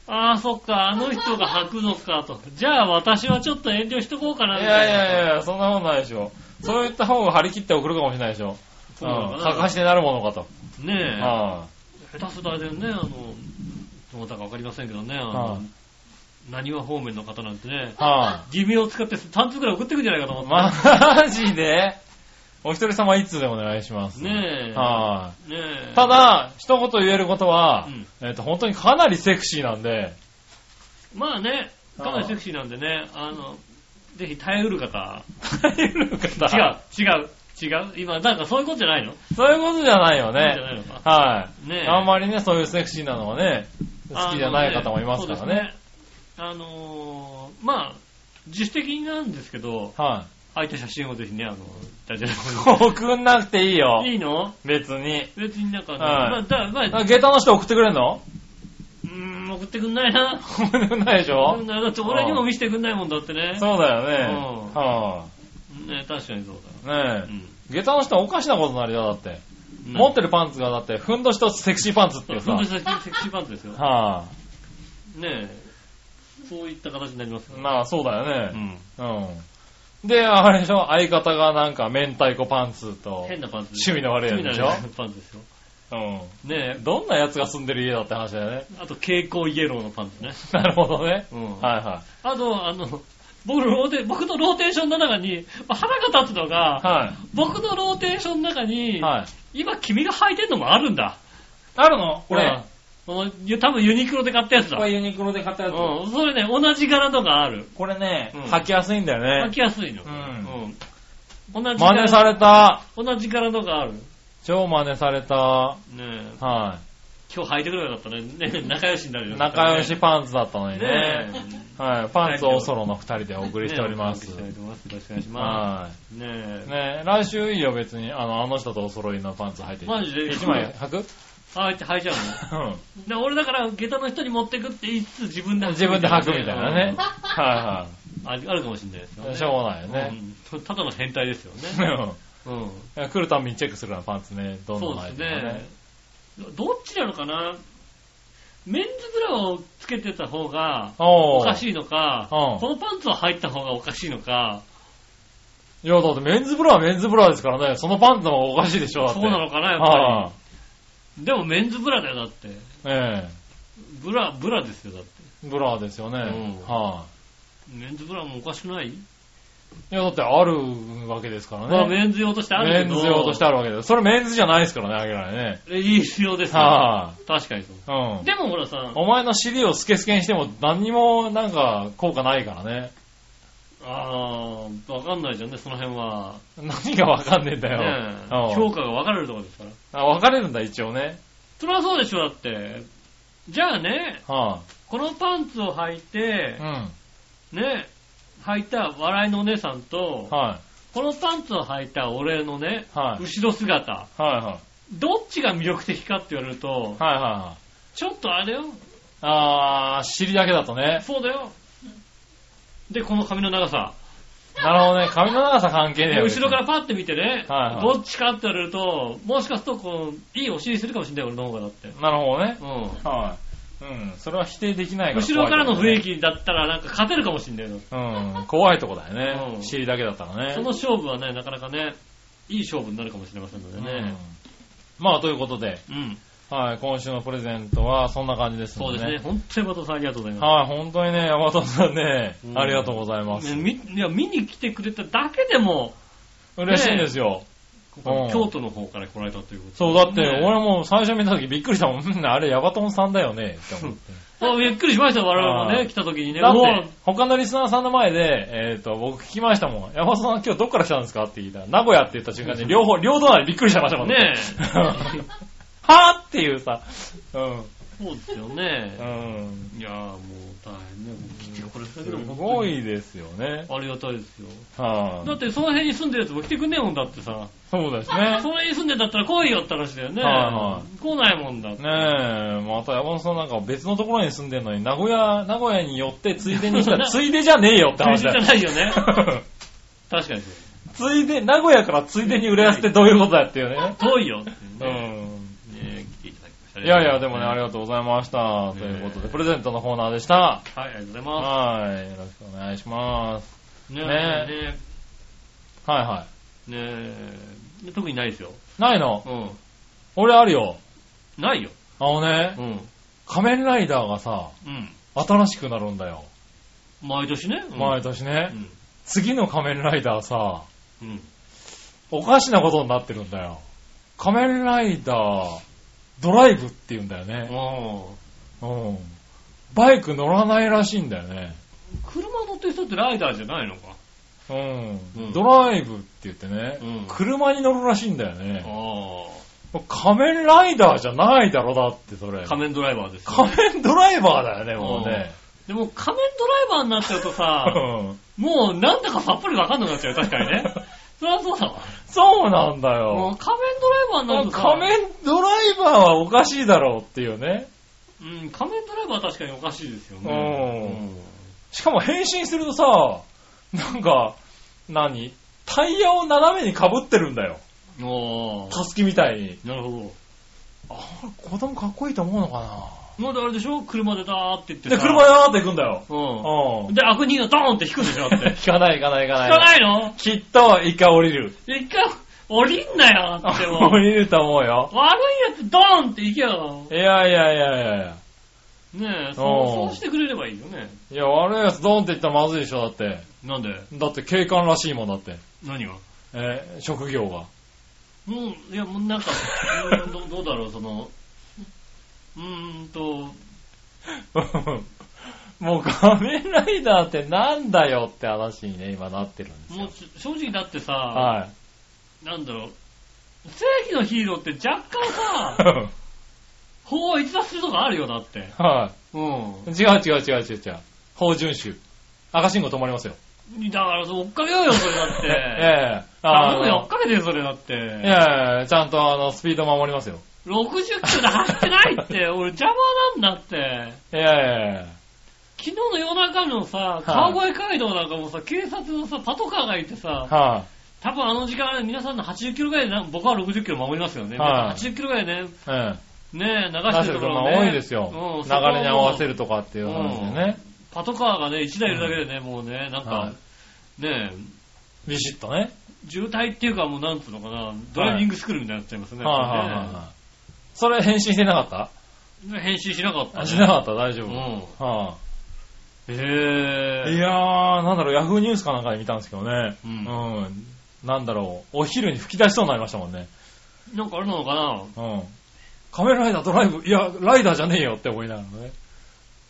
ああ、そっか、あの人が履くのかと。じゃあ私はちょっと遠慮しとこうかな、いみやたいいな。やいや、そんなことないでしょ。そういった方が張り切って送るかもしれないでしょ。そうなのんかな探してなるものかと。ねえ、は下手すらでね、あの、どなたかわかりませんけどね、あはのい、何は方面の方なんてね、は偽名を使って3通くらい送ってくんじゃないかと思い。って。 マジでお一人様一通でお願いします。ねえ。はねえ。い。た、だ、一言言えることは、うんえっと、本当にかなりセクシーなんで、まあね、かなりセクシーなんでね、あの、ぜひ耐えうる方。耐える方。違う、違う、違う。今、なんかそういうことじゃないのそういうことじゃないよそういうことじゃなね。いのか。はねい。えあんまりね、そういうセクシーなのはね、好きじゃない方もいますからね。。あのそうですねあのーまあ、自主的になんですけど、は。相手写真をぜひね、あの、大事ない送んなくていいよ。いいの別に。別になんかね、はいまあ、だまあ、あう下駄の人送ってくれんの ーん、送ってくんないな。送ってくんないでしょうんだって俺にも見せてくんないもんだってね。そうだようんね。はね確かにそうい。ねだ。うえ。下駄の人はおかしなことになりだ、だって。ん。持ってるパンツがだって、ふんどしとセクシーパンツってそいううさ。本当にはセクセクシーパンツですよ。ねあ。え。そういった形になりますよね。まあ、そうだようね。ん。うん。で、あれでしょ相方がなんか明太子パンツと。変なパンツ趣味の悪いやつでしょ趣味の悪いパンツですよ。うん。ねえ。どんな奴が住んでる家だって話だよね。あと、蛍光イエローのパンツね。なるほどね。うん。はいはあと、あの、僕ローテ僕のローテーションの中に、まあ腹が立つのい。が、は僕のローテーションの中に、い。はい。今君が履いてんのもあるんだ。あるのこれ、このゆ多分ユニクロで買ったやつだ。ユニクロで買ったやうん、それね、同じ柄のがある。これねうん、履きやすいんだよ履ね。きやすいの。うんうん同じ真似さ柄れた。同じ柄のがある。ね超真似された。え、は今日履いてくればよかったね。ね仲良しになるい。よ。仲良しパンツだったのにねね。はい。パンツをソロの二人でお送りしておりますね。お送りしておりますよろしくお願いしまはす。ねい。え。ね来週いいよ別に、あの、あの人とお揃いのパンツ履いて。マジで一枚履くあいて履いちゃうのうで俺だから、下駄の人に持ってくって言いつつ自分でん。自分で履くみたいなね。あはあるかもしれないですいよはね。い。しょうがないよね。うんただの変態ですよ うね。んうん。いや来るたびにチェックするようなパンツね、どんどそんう履でいすてるのね。。どっちなのかなメンズブラをつけてた方がおおーかしいのか、うんこのパンツを履いた方がおかしいのか、いや、だってメンズブラはメンズブラですからね、そのパンツの方がおかしいでしょ、だってそうなのかなやっはぱり。でもメンズブラだよ、だって。いえブラ、ブラですよ、だって。えブラですよね。うんはメンズブラもおかしくない、い。いや、だってあるわけですからまあね。メンズ用としてあメるけンど。ズ用としてあるわけです。それメンズじゃないですからね、あげられね。えいい必要ですよ。は確かにそう。い。うん。でもほらさ、お前の尻をスケスケにしても何にもなんか効果ないからね。 あー、わかんないじゃんね、その辺は。何がわかんねえんだねえよ。う評ん価が分かれるところですから。あ分かれるんだ、一応ね。それはそうでしょ、だって。じゃあね、はこのパンツを履いい。てう、ん。ね、履いた笑いのお姉さんと、はこのパンツを履いた俺のね、はい後ろ姿、い。はいはい。どっちが魅力的かって言われると、はいはいはい。ちょっとあれよ、あー、尻だけだとね。そうだよ。で、この髪の長さ。なるほどね。髪の長さ関係ねえよ。後ろからパッて見てね、はいはいどっちかって言われると、もしかするとこう、いいお尻するかもしれない、俺の方がだって。別に。なるほどね。うはい。うん。それは否定できなん。いから。後ろからの雰囲気。気だったらなんか勝てるかもしれないの。うん。怖いとこだようねん。尻だけだったらね。その勝負はね、なかなかね、いい勝負になるかもしれませんのでね。うん。まあ、ということで、うん。はい、今週のプレゼントはそんな感じですそのうでですね。。本当に山田さんありがとうございまはい、本当にね、山本さんねう、ん。ありがとうございますすね。みいや見に来てくれただけでも、嬉しいんですよ。ここうん京都の方から来られたということそう、だって、ね俺も最初見た時びっくりしたもん。うんあれ、ヤバトンさんだよね、って 思って。あびっくりしましたよ、我々もはね、い来た時にね。だっうてわ、他のリスナーさんの前で、えっ、と、僕聞きましたもん。山本さん今日どっから来たんですかって聞いたら、名古屋って言った瞬間に両方、両隣びっくりしてましたもんねはぁっていうさ、うん。 そうですよね。うん。いやーもう大変ね。もう来てこれだけすでもごいですよね。ありがたいですよ。はだいってその辺に住んでるやつも来てくんねえもんだってさ。そうですそねの。辺に住んでんだったら来いよって話だよね。はいはい来ないもんだって。ねえ、また山本さんなんか別のところに住んでるのに、名古屋、名古屋に寄ってついでにした ら、ついでじゃねえよって大事話じゃ だないよよ。ね。確かにそう。ついで、名古屋からついでに浦安ってどういうことだっていうね。遠いよっていう うね。ん。ね来ていただきましたいやいや、でもね、ありがとがとうございました。ねということで、プレゼントのコーナーでした。う。はい、ありがとうございまはい。よろしくお願いします。す。ねねねはいはねね特にないですよ。い。ないのうん。俺あるよ。ないよ。あのねう、ん。仮面ライダーがさ、うん。新しくなるんだよ。毎年ね。うん毎年ね。うん。次の仮面ライダーさ、うん。おかしなことになってるんだよ。仮面ライダー、ドライブって言うんだよね。あうん。バイク乗らないらしいんだよね。あ。車乗ってる人ってライダーじゃないのか。うん。うんドライブって言ってね、うん車に乗るらしいんだよあね。あ。仮面ライダーじゃないだろ、だってそれ。仮面ドライバーですよね、仮面ドライバーだよね、もうね。でも仮面ドライバーになっちゃうと さ、うんもうなんだかさっぱりわかんなくなっちゃう。確かに ね。そりゃそうだわ。そうなんだもよう。仮面ドライバーになるとさ、仮面ドライバーはおかしいだろうっていうね。うん、仮面ドライバーは確かにおかしいですよね。うんしかも変身するとさ、なんか、何タイヤを斜めに被ってるんだよ。うん。おタスキみたいに。ーなるほあれ、子供かっこいいと思うのかど。もうあれでしょ車でダーって言ってなで、さ車であーって行くんだよ。う。うん ん。で、悪人がドーンって引くんでしょ だって。引かない、引かない、引か引ない。かないの きっと、一回降りる。一回、降りんなよだってもう 降りると思うよ。悪いやつドーンって行けよ。いやいやいやいやいや。ねえ、そうう、そんうしてくれればいいよね。いや、悪いやつドンって言ったらまずいでしょ、だって。なんでだって警官らしいもんだって。何がえー職業が。うん、いや、もうなん か、うんどどうだろう、その、うーんと、 もう仮面ライダーってなんだよって話にね、今なってるんですもよう。ち正直だってさ、はなんだろう、正義のヒーローって若干 い さ、。法を逸脱するとかあるよ、だって。はうい。違う違う違う違う違う。法遵守。赤信号止まりますよ。ん。だから、そう追っかけようよ、それだ って。ええ頼むよ、追っのかけてよ、それだって。ええちゃんとあの、スピード守りますよ。 60キロで走ってない って、俺邪魔なんだって。ええ昨日の夜中のさ、川越街道なんかもさ、警察のさ、パトカーがいてさ、は多分あの時間、皆さんの80キロぐらいでな、僕は60キロ守りますよね。はい80キロぐらいでね、い。えね流えして出せるるとこ車ろね多いですよ。うん流れに合わせる。るとかっていう話でね。パトカーがね、1台いるだけでね、もうね、なんか、はねビシッとね。渋滞っていうかもうなんつうのかな、ドライビングスクールみたいになっちゃいますね。はいはいはいはい。それ返信してなかったね返信しなかった、あね。しなかった大丈う夫。ん。はへい。え。いやー、なんだろう、ヤフーニュースかなんかで見たんですけどね。ううんん。なんだろう、お昼に吹き出しそうになりましたもんね。なんかあれなのかなうん。仮面ライダードライブ、いや、ライダーじゃねえよって思いながらね。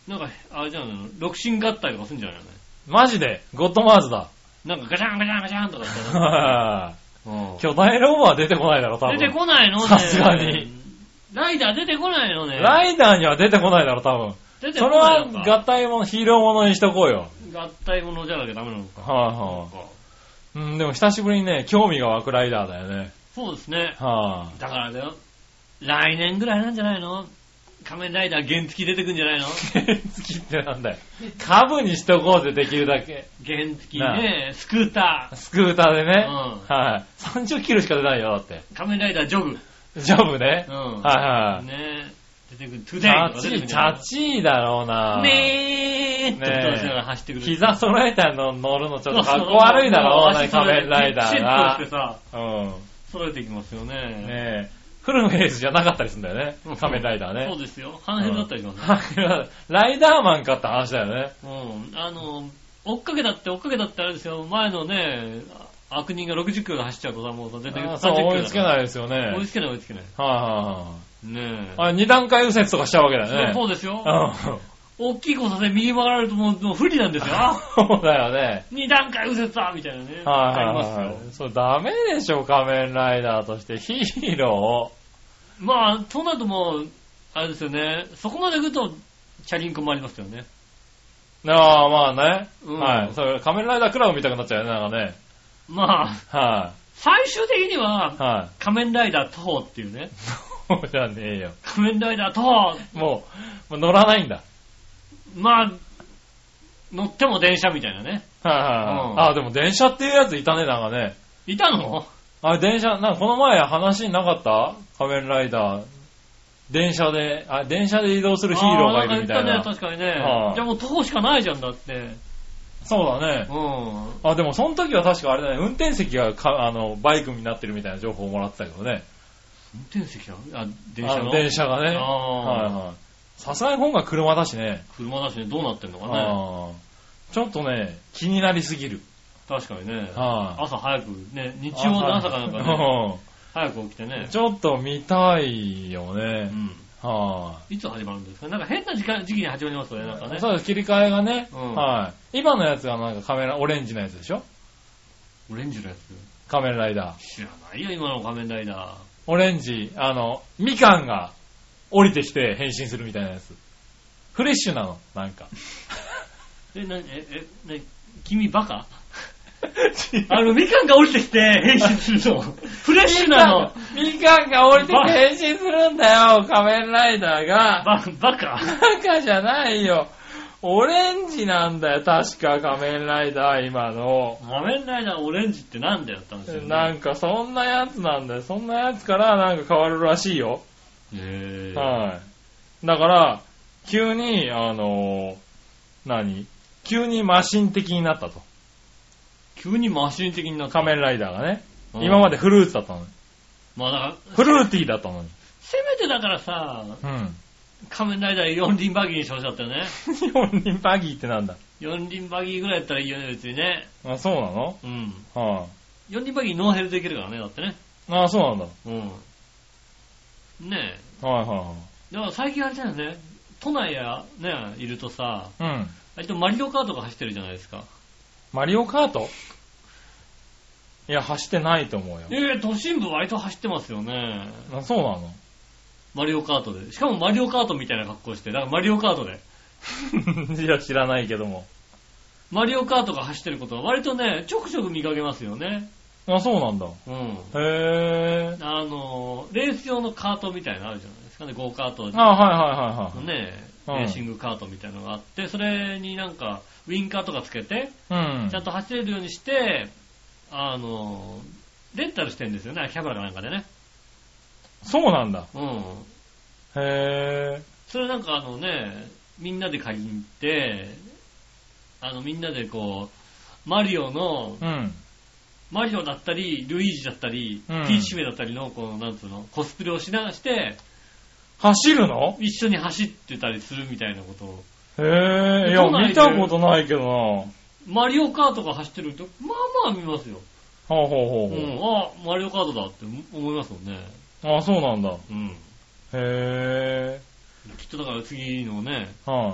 なんか、あれじゃないの六神合体とかするんじゃないのね。マジで、ゴッドマーズだ。 なんかガチャンガチャンガチャンとかさ。うん巨大ロボは出てこないだろ、多分。出てこないのね。さすがに。ライダー出てこないのね。ライダーには出てこないだろ、多分。出てそこれなはいの合か。体もの、ヒーローものにしとこうよ。合体ものじゃなきゃダメなのか。はいはそうかい。うん、でも久しぶりにね、興味が湧くライダーだよね。そうですね。 はだからだよ。来年ぐらいなんじゃないの仮面ライダー原付出てくんじゃないのい。原付ってなんだよ。株にしとこうぜ、できるだけ。原付なね、スクータスクーターでね。うんはい。30キロしか出ないよ、だって。ー、仮面ライダージョグ。ジョブね。うんはいはい。ね出てくる。トゥチデイャとかチ出てくるんー、チじゃないャチーだろうなのねーって音がしながら走ってくる。膝揃えたの乗るのちょっとかっこ悪いだろうな、仮面ライダーシッとしてさ、が。うん。揃えていきますよね。ねえ。フルフェイスじゃなかったりするんだよねうん。仮面ライダーね。そうですよ。半減だったりしますね。はいライダーマンかって話だよね。うん、あの、追っかけだって追っかけだってあれですよ、前のね、あ悪人が60キロで走っちゃうとさ、もうさ、絶対あー30キそう、ロ。追いつけないいですよね。はい追いはいつけない、追いつけない。はねい。あ、二段階右折とかしちゃうわけだえ。よね。そうそううですよ。ん大きい交差点右曲がられるともうもう不利なんですよ。あそうだよね。二段階右折だみたいなね。はいありはいまはすよ。い。そう、ダメでしょ、仮面ライダーとして。ヒーロまあ、そうなるともう、あれですよね、そこまで行くと、チャリンコもありますよね。ー。ああ、まあね。うんはい。それ、仮面ライダークラブ見たくなっちゃうよね、なんかね。まあ、は最終的にい。は、は仮面ライダー徒歩っていうね。い。 そうじゃねえよ。仮面ライダー徒歩もう、もう乗らないんだ。まあ、乗っても電車みたいなね。はいはいはいうんあ、でも電車っていうやついたね、なんかね。いたのあ、電車、なんかこの前話になかった仮面ライダー。電車で、あ、電車で移動するヒーローがいるみたいあな。ーんか言ったね、確かにね。はいじゃあもう徒歩しかないじゃんだって。そうだねう。ん。あ、でもその時は確かあれだね、運転席がかあのバイクになってるみたいな情報をもらってたけどね。運転席はあ、電電車車の電車がね。あーはいはい。さすがに今回車だしね。車だしね、どうなってんのかね。あーちょっとね、気になりすぎる。確かにね。は朝早く、ね、日い曜の朝かなんかね、ね。早く起きてね。ちょっと見たいようね。ん。はいつ始まるんですかなんか変な時間、時期に始まりますよね、なんかねい。。そうです、切り替えがね。うんはい。今のやつがなんかカメラ、オレンジのやつでしょオレンジのやつ。カメラライダー。知らないよ、今の仮面ライダー。オレンジ、あの、みかんが降りてきて変身するみたいなやつ。フレッシュなの、なん か。え、な、え、え、な、君バカ ああの、みかんが降りてきて変身 するの。フレッシュなの。みかんが降りてきて変身するんだよ、仮面ライダーが。バ、バカバカじゃないよ。オレンジなんだよ、確か仮面ライダー、今の。仮面ライダーオレンジってなんだよったんですよ、ね。なんか、そんなやつなんだよ。そんなやつから、なんか変わるらしいよ。へぇはい。だから、急に、あのー何急にマシン的になったと。急にマシン的になった。仮面ライダーがね。うん今までフルーツだったのに。まあだから、フルーティーだったのに。せめてだからさ、 うん。仮面ライダー四輪バギーにしてほしかったよ ね。 4人バギーってなんだ。四輪バギーぐらいやったらいいよね、別にね。あ、そうなのうん。は四輪バギーノーヘルできるからね、だってね。い、あ。そうなんだ。うん。ねはいはえ。だから最近あれだよね、都内や、ね、いるとさ、いはい。うん。割とマリオカートが走ってるじゃないですか。マリオカートいや、走ってないと思うよ。ええ都心部割と走ってますよね。あそうなのマリオカートで。しかもマリオカートみたいな格好して、だからマリオカートで。 いや、知らないけども。マリオカートが走ってることは割とね、ちょくちょく見かけますよね。あ、そうなんだ。うん。へぇー。あの、レース用のカートみたいなのあるじゃないですかね、ゴーカートあ、はいはいはいはのい。ね、うんレーシングカートみたいなのがあって、それになんか、ウィンカーとかつけて、うん。ちゃんと走れるようにして、あの、レンタルしてんですよね、キャバラかなんかでね。そうなんだ。うん。へそれなんかあのね、みんなで借りに行って、あの、みんなでこう、マリオのぇ、ー。うん。マリオだったり、ルイージだったり、うんピーチ姫だったりの、この、なんつうの、コスプレをしながらして、走るの一緒に走ってたりするみたいなことを。へぇー。いや都、内で見たことないけどな。ほマリオカートが走ってると、まあまあ見ますよ。うほうほううほん、あマリオカートだって思いますもんね。う。あ、そうなんだ。うん。へきっとだから次のね、ぇー。はい。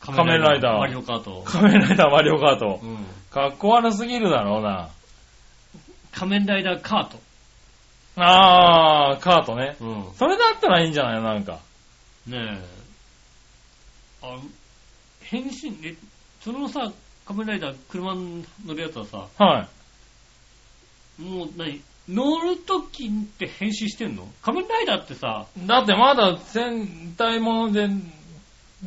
仮面ライダーマリオカート。仮面ライダーマリオカートう。ん。かっこ悪すぎるだろうな。仮面ライダーカート。あー、カートね。うん。それだったらいいんじゃないなんか。ねえ。あ、変身、え、そのさ、仮面ライダー、車に乗るやつはさ、はい。もう何乗るときって変身してんの仮面ライダーってさ、だってまだ戦隊もので、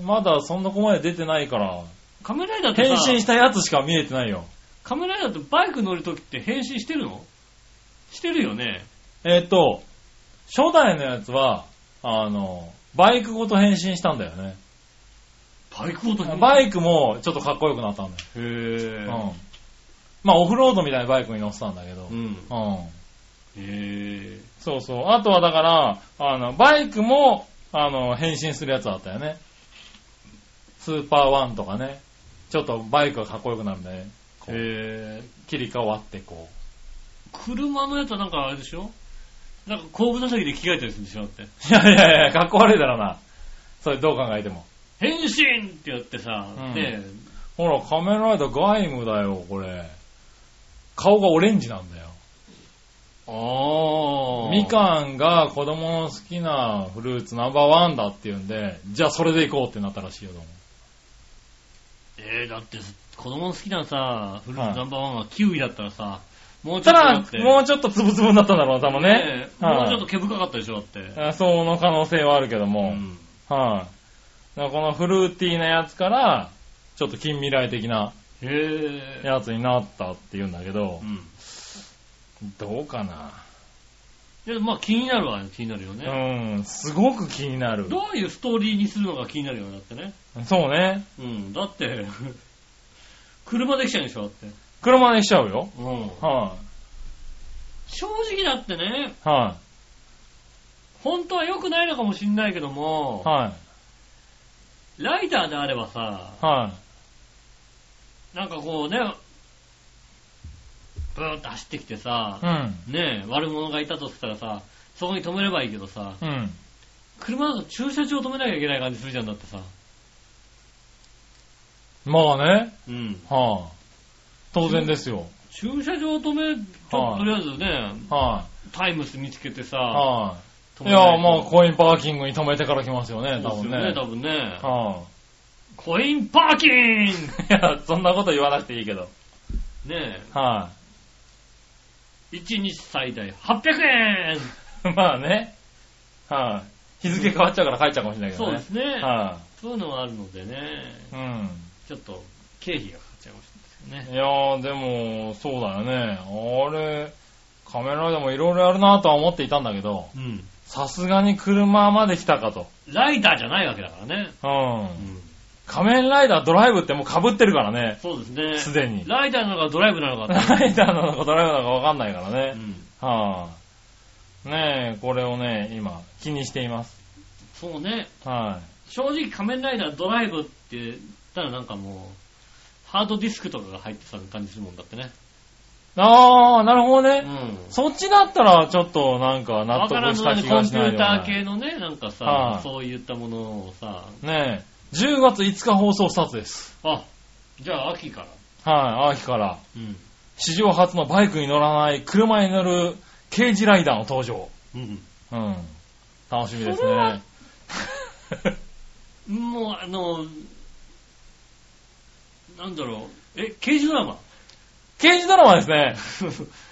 まだそんなこまで出てないから、仮面ライダーって変さ、身したやつしか見えてないよ。仮面ライダーってバイク乗るときって変身してるのしてるよね。えーっと、初代のやつは、あの、バイクごと変身したんだよね。バイクごとに。イバイクもちょっとかっこよくなったんだク。へよ。ぇうん。まあ、オフロードみたいなバイクに乗ってたんだけど。ううん。ん。へそうそう。あとはだから、あの、バイクも、あの、変身するやつあったよね。スーパーワンとかね。ちょっとバイクがかっこよくなるんで、ぇへぇ切り替わってこ車のやつはなんかあれでしょなんか後部座席で着替えたりするんでしょだって。う。いやいやいや、かっこ悪いだろうな。それどう考えても。変身ってやってさ、うんねほら、仮面ライダー外務だよ、これ。顔がオレンジなんだよ。あーみかんが子供の好きなフルーツナンバーワンだっていうんで、じゃあそれで行こうってなったらしいよ、どうも。えー、だって子供の好きなさ、フルーはいツナンバーワンがキウイだったらさ、もうちょたっとだだって、もうちょっとつぶつぶになったんだろうな、多分ね。ねえはいもうちょっと毛深かったでしょだって。あその可能性はあるけどうも。ん。はい、だからこのフルーティーなやつから、ちょっと近未来的なへぇー。やつになったっていうんだけどう、ん。どうかな。いやまあ気になるわね、気になるよね。うん、すごく気になる。どういうストーリーにするのか気になるよね、だってね。そうね。うん、だって、 車できちゃうんでしょ、だって。車にしちゃうよ。うん。は正直だってね、い、はい、本当は良くないのかもしんないけども、はい、ライダーであればさ、はなんかこうね、ブーンと走ってきてさい。、うねえ、悪者がいたとしたらさ、そこに止めればいいけどさ、ん。うん。車だと駐車場止めなきゃいけない感じするじゃんだってさ。まあね。うん。はあ。当然ですよ。駐車場止め、ちょっととりあえずね、はタイムス見つけてい。さ、は止い。いめないや、とまあ、コインパーキングに止めてから来ますよね、多そう分ですよね、ね。多分ね。はコインパーキング い。いや、そんなこと言わなくていいけど。ねはえ、1日最大800円い。 まあね。はい。日付変わっちゃうから帰っちゃうかもしれないけそうどでね。すね。はそういうのもあるのでね、い。うん。ちょっと経費がかかっちゃいましたね。いやー、でも、そうだよね。あれ、カメラでもいろいろやるなとは思っていたんだけど、うん。さすがに車まで来たかと。ライダーじゃないわけだからね。うんう。ん。仮面ライダードライブってもう被ってるからね。そうですね。すでに。ライダーなのかドライブなのかって。ライダーなのかドライブなのかわかんないからう ね。ん。はぁ、ねえ、これをね、今、気にしています。そうね。は正直仮面ライダードライブって言ったらなんかもう、ハードディスクとかが入ってた感じするもんだってね。い、あー、なるほどうね。ん。そっちだったら、ちょっとなんか納わからん得しのたね気コがンしピないュでーもなタいー系のね、なんかはさい、そういったものをさ、ねえ、10月5日放送スタートです。あ、じゃあ秋から。はい、秋から。うん。史上初のバイクに乗らない、車に乗る刑事ライダーの登場。うん。うん。楽しみですそれはね。もう、あの、なんだろう、え、刑事ドラマ 刑事ドラマですね。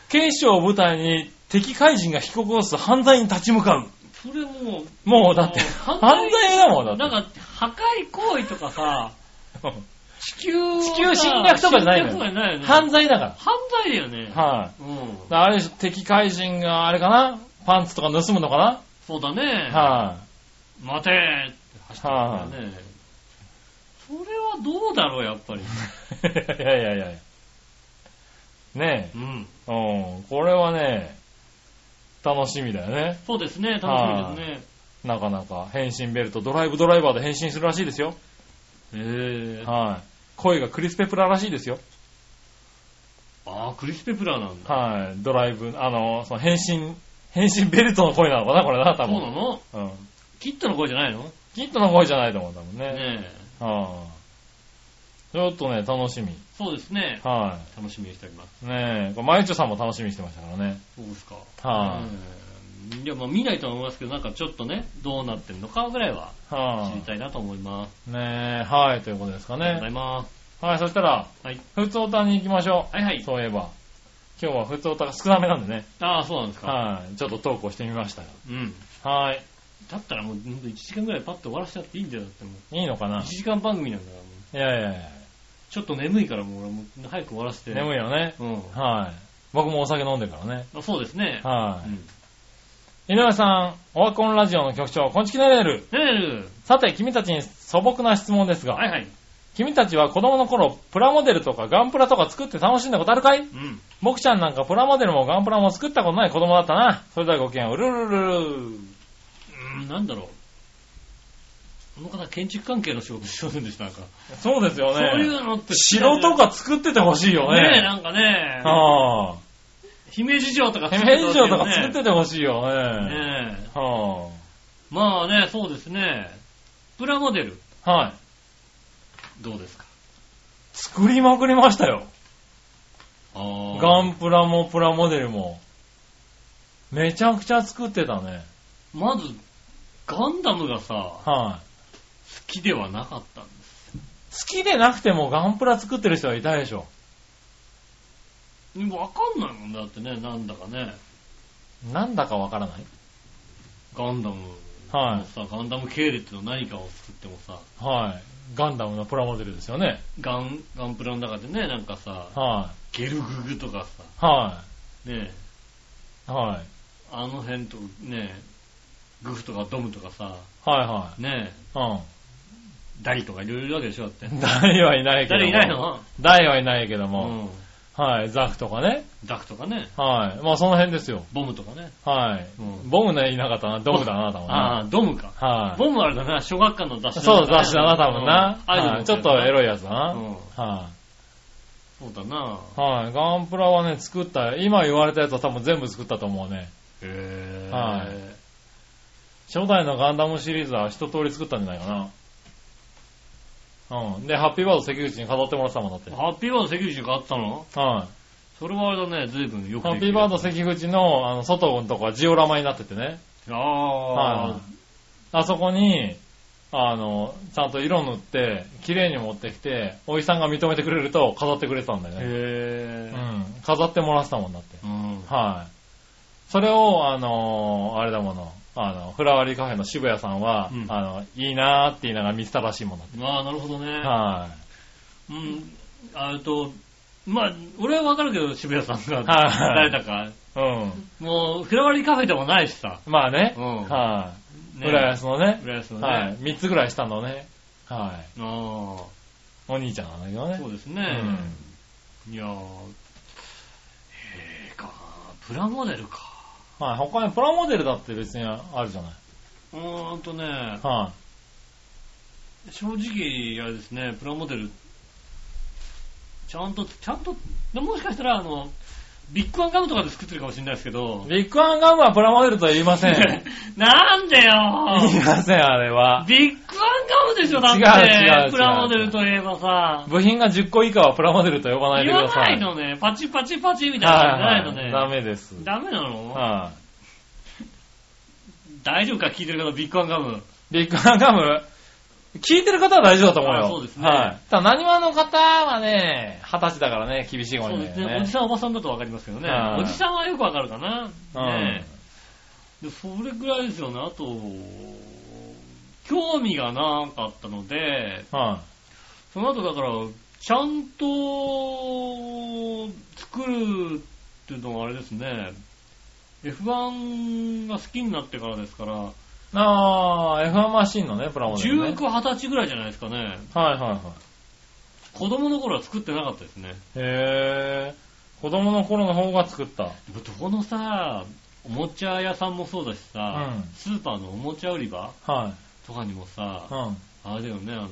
警視庁を舞台に敵怪人が引き起こす犯罪に立ち向かう。それもう、もうだって、もう犯罪だもんだって。なんか、破壊行為とかさ、地球をさ地球侵略とかじゃないのよ侵略とかじゃないよね。犯罪だか犯罪だよね。ら。はい、うん。だからあれでしょ、敵怪人があれかなパンツとか盗むのかなそうだね。はい、待てーって走ってるからね。それはどうだろう、やっぱり。 いやいやいやいや。ねうん。え。うん。これはね、楽しみだよね。そうですね、楽しみですね。なかなか。変身ベルト、ドライブドライバーで変身するらしいですよ。へー。はい、声がクリス・ペプラーらしいですよ。あー、クリス・ペプラーなんだ。はい、ドライブ、あの、その変身、変身ベルトの声なのかな、これな、多そう分。なのうん。キットの声じゃないのねキットの声じゃないと思う、多分ね。え。はあ、ちょっとね、楽しみ。そうですね。は楽しみにしております。い、ねえ、これマユチョさんも楽しみにしてましたからね。そうですか。はうんいや、まあ見ないとは思いますけど、なんかちょっとね、どうなってるのかぐらいはあ、は知りたいなと思います。あ、ねえ、はい、ということですかありがとうね。ございます。はい、そしたら、はい。普通歌に行きましょはいはう。い。そういえば。今日は普通歌が少なめなんでね。ああ、そうなんですか。はい、ちょっと投稿してみましたようん。はい。だったらもう、ほんと1時間ぐらいパッと終わらせちゃっていいんだよ、だってもう。いいのかな1時間番組なんだから、もういやいやいや。ちょっと眠いからもう俺もう早く終わらせて。眠いよね。うん。はい。僕もお酒飲んでるからね。あそうですね。はうん。い。井上さん、オワコンラジオの局長、こんちきねれる。ねえるさて、君たちに素朴な質問ですが、はいはい。君たちは子供の頃、プラモデルとかガンプラとか作って楽しんだことあるかいうん。僕ちゃんなんかプラモデルもガンプラも作ったことない子供だったな。それではごきげんよう、うるるるるうん、なんだろう。この方、建築関係の仕事してませんでした、なんか。そうですよそういね。うのって。城とか作っててほしいよね。ねえ、なんかね。はあ。姫路城とか姫路城とか作作っってててほしいよたよね。ねねえ。はまあね、そうですね。プラモデル、あ。はい。どうですか作りまくりましたよ。ガガンプラもプラモデルも。めちゃくちゃ作ってたね。まず、ガンダムがさ、好はい、きではなかったんです。好きでなくてもガンプラ作ってる人はいたでしょ。わかんないもんだってね、なんだかね。なんだかわからないガンダムはいのさ、ガンダム系列の何かを作ってもさ、はい。ガンダムのプラモデルですよね。ガン、ガンプラの中でね、なんかさ、はゲルググとかさ、い、はねえ、い、はい、あの辺と、ねえ、グフとかドムとかさ、はねえ、い、はい。ダリとかいろいろいるわけでしょだってう。ん。ダイはいないけども。誰いないのダイはいないけどうも。ん。はい、ザクとかね。ザクとかね、はい。まあその辺ですよ。ボムとかね。はい。うんボムね、いなかったな。ドムだな、多分ああ、な。ドムか。はい。ボムあれだな、小学館の雑誌そう、雑誌だな、多分な。うんアイドルはのいちょっとエい。ロいやつだな。うんはそうだな。い。はい。ガンプラはね、作った、今言われたやつは多分全部作ったと思うね。へはえ。初代のガンダムシリーズは一通り作ったんじゃないかな。うん。で、ハッピーバード関口に飾ってもらってたもんだって。ハッピーバード関口があったのはい。それはあれだね、随分よくハでッきてピーるバード関口のあの外のとこはジオラマになっててね。あはいあそこに、あの、ちゃんと色塗って、綺麗に持ってきて、おじさんが認めてくれると飾ってくれてたんだよあ。ね。うへえ。ん。飾ってもらってたもんだって。うん。はい。それを、あのーあれだもの、あの、フラワーリーカフェの渋谷さんは、うんあの、いいなーって言いながら見てたらしいもんだっまあ、なるほどね。て。はうん。あと、まあ、俺はわかるけど、渋谷さんがは誰いだか。い。うもう、フラワリーカフェでもないしさ。ん。まあね。うんはい。ね浦安のね。浦安のね。はい。3つぐらいしたのね。はあい。お兄ちゃんなんだけどあ、ね。そうですうね。んいやー、へえか、プラモデルか。はい。他にプラモデルだって別にあるじゃない。うーんとね、はい。正直、あれですね、プラモデル、ちゃんと、ちゃんと、でもしかしたら、あの、ビッグワンガムとかで作ってるかもしれないですけど、ビッグワンガムはプラモデルとは言いません。言 なんでい よません、あれは。ビッグワンガムでしょ、だって。違う違う違うプラモデルといえばさ、部品が10個以下はプラモデルと呼ばないで言くわださ。ないいのはね。パチパチパチみいたいなのじゃはないいダのね。メです。ダメなのは大丈夫か聞いてる方、ビッグワンガム。い。ビッグワンガム、聞いてる方は大丈夫だと思うよ。あそうですねはい。ただ、何話の方はね、二十歳だからね、厳しいかそもうしでれなすいよね。おじね。さん、おばさんだとわかりますけどねは。いおじさんはよくわかるかな。ねうんでそれぐらいですよね。あと、興味がなかったので、はその後だから、ちゃんと作るっていうのはあれですね。F1 が好きになってからですから、い。あー、F1 マシンのね、プラモデル、ね。 19、20歳ぐらいじゃないですかね。はいはいはい。子供の頃は作ってなかったですね。へー。子供の頃の方が作った。でもどこのさ、おもちゃ屋さんもそうだしさ、うんスーパーのおもちゃ売り場はい。とかにもさ、うあれだよね、あの、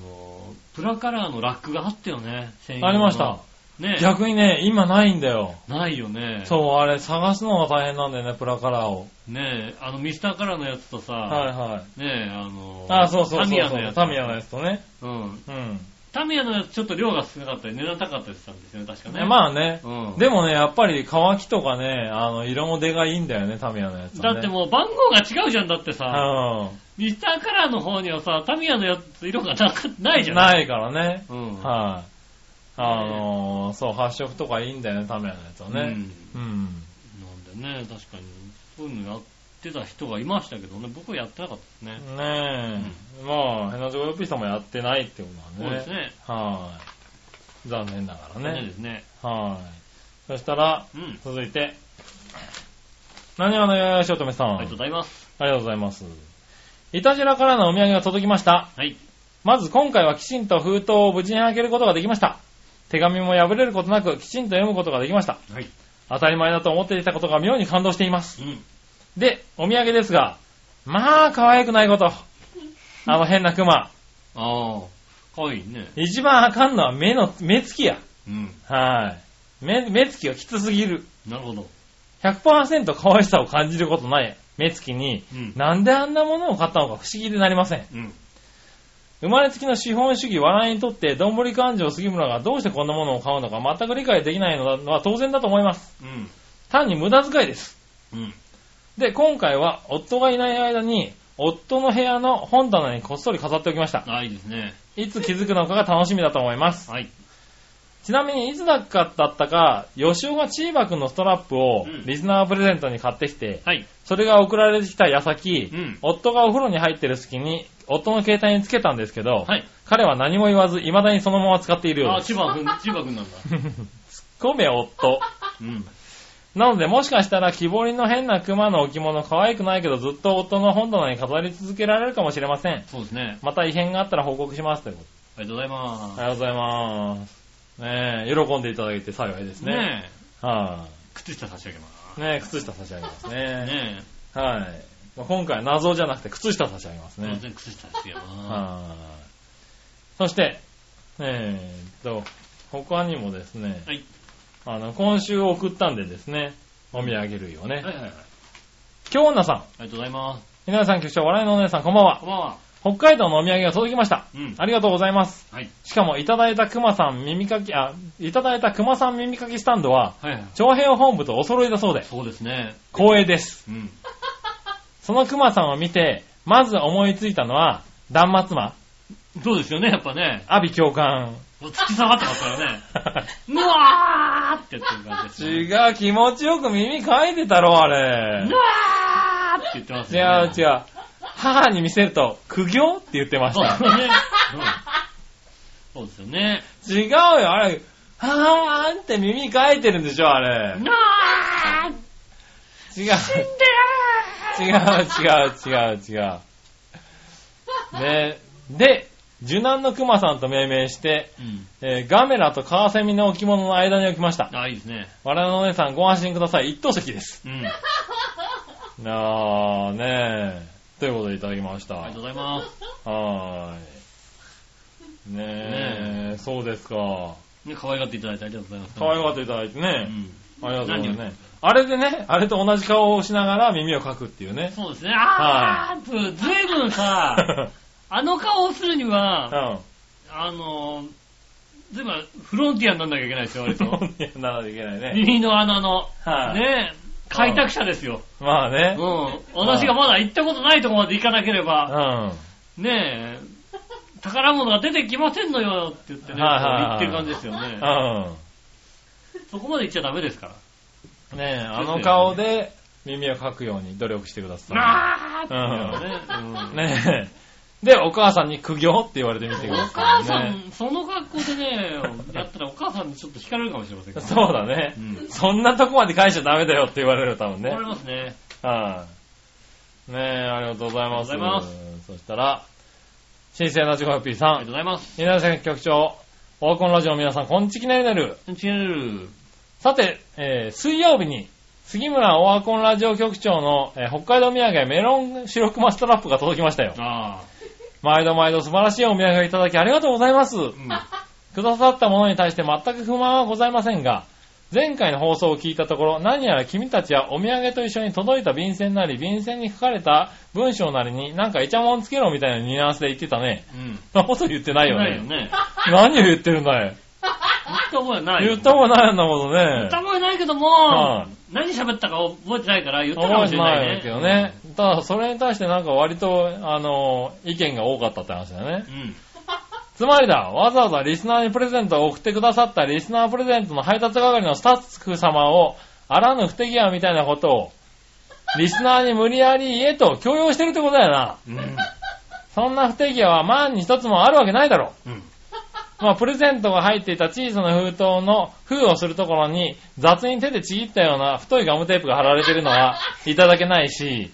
プラカラーのラックがあったよね、専用ん。のありました。。ね逆にね、今ないんだよ。ないよね。そう、あれ探すのが大変なんだよね、プラカラーを。ねあの、ミスターカラーのやつとさ、はいはい。ねえ、あの、あ、そうそうそうそう。タミヤのやつ。タミヤのやつとね。うん。うん。タミヤのやつちょっと量が少なかったり、値段高かったりしたんですよね、確かね。まあね。うん。でもね、やっぱり乾きとかね、あの、色も出がいいんだよね、タミヤのやつだはね。ってもう番号が違うじゃん、だってさ、うミスターカラーの方にはさ、タミヤのやつ色がなかないじゃん。ん。い。ないからね。うん。はい。あのー、そう、発色とかいいんだよね、タミヤのやつはうんね。うなん。んでね、確かに、そういうのやってた人がいましたけどね、僕はやってなかったですね。ねえ。まあ、ヘナジョコヨッピーさんもやってないってことそうなでんです。ね。はい。残念だからそうねで。すね。はい。そしたら、うん。続いて、何話のよよしおとめさん。ありがとうございます。ありがとうございます。いたじらからのお土産が届きました。はい。まず今回はきちんと封筒を無事に開けることができました。手紙も破れることなくきちんと読むことができました。はい。当たり前だと思っていたことが妙に感動しています。うん。で、お土産ですが、まあ可愛くないこと。あの変なクマ。ああ、かわいいね。一番あかんのは目の、目つきや。うん。はい。目、目つきがきつすぎる。なるほど。 100%可愛さを感じることない目つきに、うん。なんであんなものを買ったのか不思議でなりません。うん。生まれつきの資本主義、笑いにとって、どんぶり勘定杉村がどうしてこんなものを買うのか全く理解できないのはのは当然だと思います。うん。単に無駄遣いです。うん。で、今回は夫がいない間に、夫の部屋の本棚にこっそり飾っておきました。ああ、いいですね。いつ気づくのかが楽しみだと思います。はい。ちなみに、いつだかだったか、吉尾がチーバくんのストラップをうんリスナープレゼントに買ってきて、はい。それが送られてきた矢先、うん夫がお風呂に入ってる隙に、夫の携帯につけたんですけど、はい。彼は何も言わず、未だにそのまま使っているようですああ、。千葉くん、千葉くんなんだ。ごめん、夫。うん。なので、もしかしたら、木彫りの変な熊の置物、可愛くないけど、ずっと夫の本棚に飾り続けられるかもしれません。そうですね。また異変があったら報告します。というこありがとうございまとす。でありがとうございます。ねえ、喜んでいただいて幸いですね。ねはえ、靴下差し上げまい、ねえ、靴下差し上げますす。ね。ねはい、まあ今回は謎じゃなくて靴下差し上げますえ、当ね。然靴下差し上げまはい。そして、えーっと、他にもですね、はいあの、今週送ったんでですね、お土産類をね。す。はいはいはい。あ京女さん、りがとうございます。皆さん局長、笑いのお姉さん、こんばんはこ。んばんは。北海道のお土産が届きました。うん。ありがとうございます。はい。しかも、いただいた熊さん耳かき、あ、いただいた熊さん耳かきスタンドは、はいはい。長編本部とお揃いだそうで、そうですね。光栄です。うん。その熊さんを見て、まず思いついたのは、断末魔、そうですよね、やっぱね。阿鼻 教官。もう突き下がってますからね。うわーってやってる感じです、ね。う。違う、気持ちよく耳かいてたろ、あれ。わーって言ってます違よね。う違う。母に見せると、苦行って言ってましそうでたす。よね。うんそうですよね。違うよ、あれ。はーんって耳かいてるんでしょ、あれ。なーっ違う。違う、違う、違う、違う。ね、で、受難の熊さんと命名して、うん。えーガメラとカワセミの置物の間に置きました。あ、いいですね。我のお姉さんご安心ください。一等席です。うん。なあねえ。ということでいただきました。ありがとはうございます。ーい。ねえ、そうですか。ね、可愛がっていただいてありがとうございます。可愛がっっていただいててうね。ん。ありがとうございます何をね。あれでね、あれと同じ顔をしながら耳をかくっていうね。そうですね。あー、ずずいぶんうさ、ん。あの顔をするに は、あの、ずいぶんフロンティアになんなきゃいけないですよ、割と。いやならでいけないね。耳の穴の、はいね、開拓者ですよ。まあねう。ん。私がまだ行ったことないところまで行かなけれうん。ば、はねえ、宝物が出てきませんのよって言ってね、はいはい言っはいてる感じですよね。そこまで行っちゃダメですから。うん。ねえ、あの顔で耳をかくように努力してくださなーって言うからね。い。うんねえ。で、お母さんに苦行って言われてみてくおださ母い、ね。さん、その格好でね、やったらお母さんにちょっと惹かれるかもしれませんけど。そうだねう。ん。そんなとこまで返しちゃダメだよって言われる、多分ね。思いはい、ますね。ねえ、ありがとうございます。ありがとうございそしたら、新鮮なチョコヨッピーさありがとうごん、ざいます。稲田局長、オワコンラジオの皆さん、こんちきなりなる。チェルさて、えー水曜日に、杉村オワコンラジオ局長の、えー北海道土産メロン白クマストラップが届きましたよ。ああ。毎度毎度素晴らしいお土産をいただきありがとうございます。うん。くださったものに対して全く不満はございませんが、前回の放送を聞いたところ、何やら君たちはお土産と一緒に届いた便箋なり、便箋に書かれた文章なりに、なんかイチャモンつけろみたいなニュアンスで言ってたね。うん。そんなこと言ってないよないよね。ね。何を言ってるんだい。言った覚えないよ。言ったことないんだもん言ねっ。た覚えないけどもはい、何喋ったか覚えてないから言ったか覚もえしてれなないいんね。だけどね。ただ、それに対してなんか割と、あの、意見が多かったって話だよねう。ん。つまりだ、わざわざリスナーにプレゼントを送ってくださったリスナープレゼントの配達係のスタッフ様を、あらぬ不手際みたいなことを、リスナーに無理やり言えと強要してるってことだよな。うん。うん。そんな不手際は万に一つもあるわけないだろ。うん。まあ、プレゼントが入っていた小さな封筒の封をするところに、雑に手でちぎったような太いガムテープが貼られてるのは、いただけないし、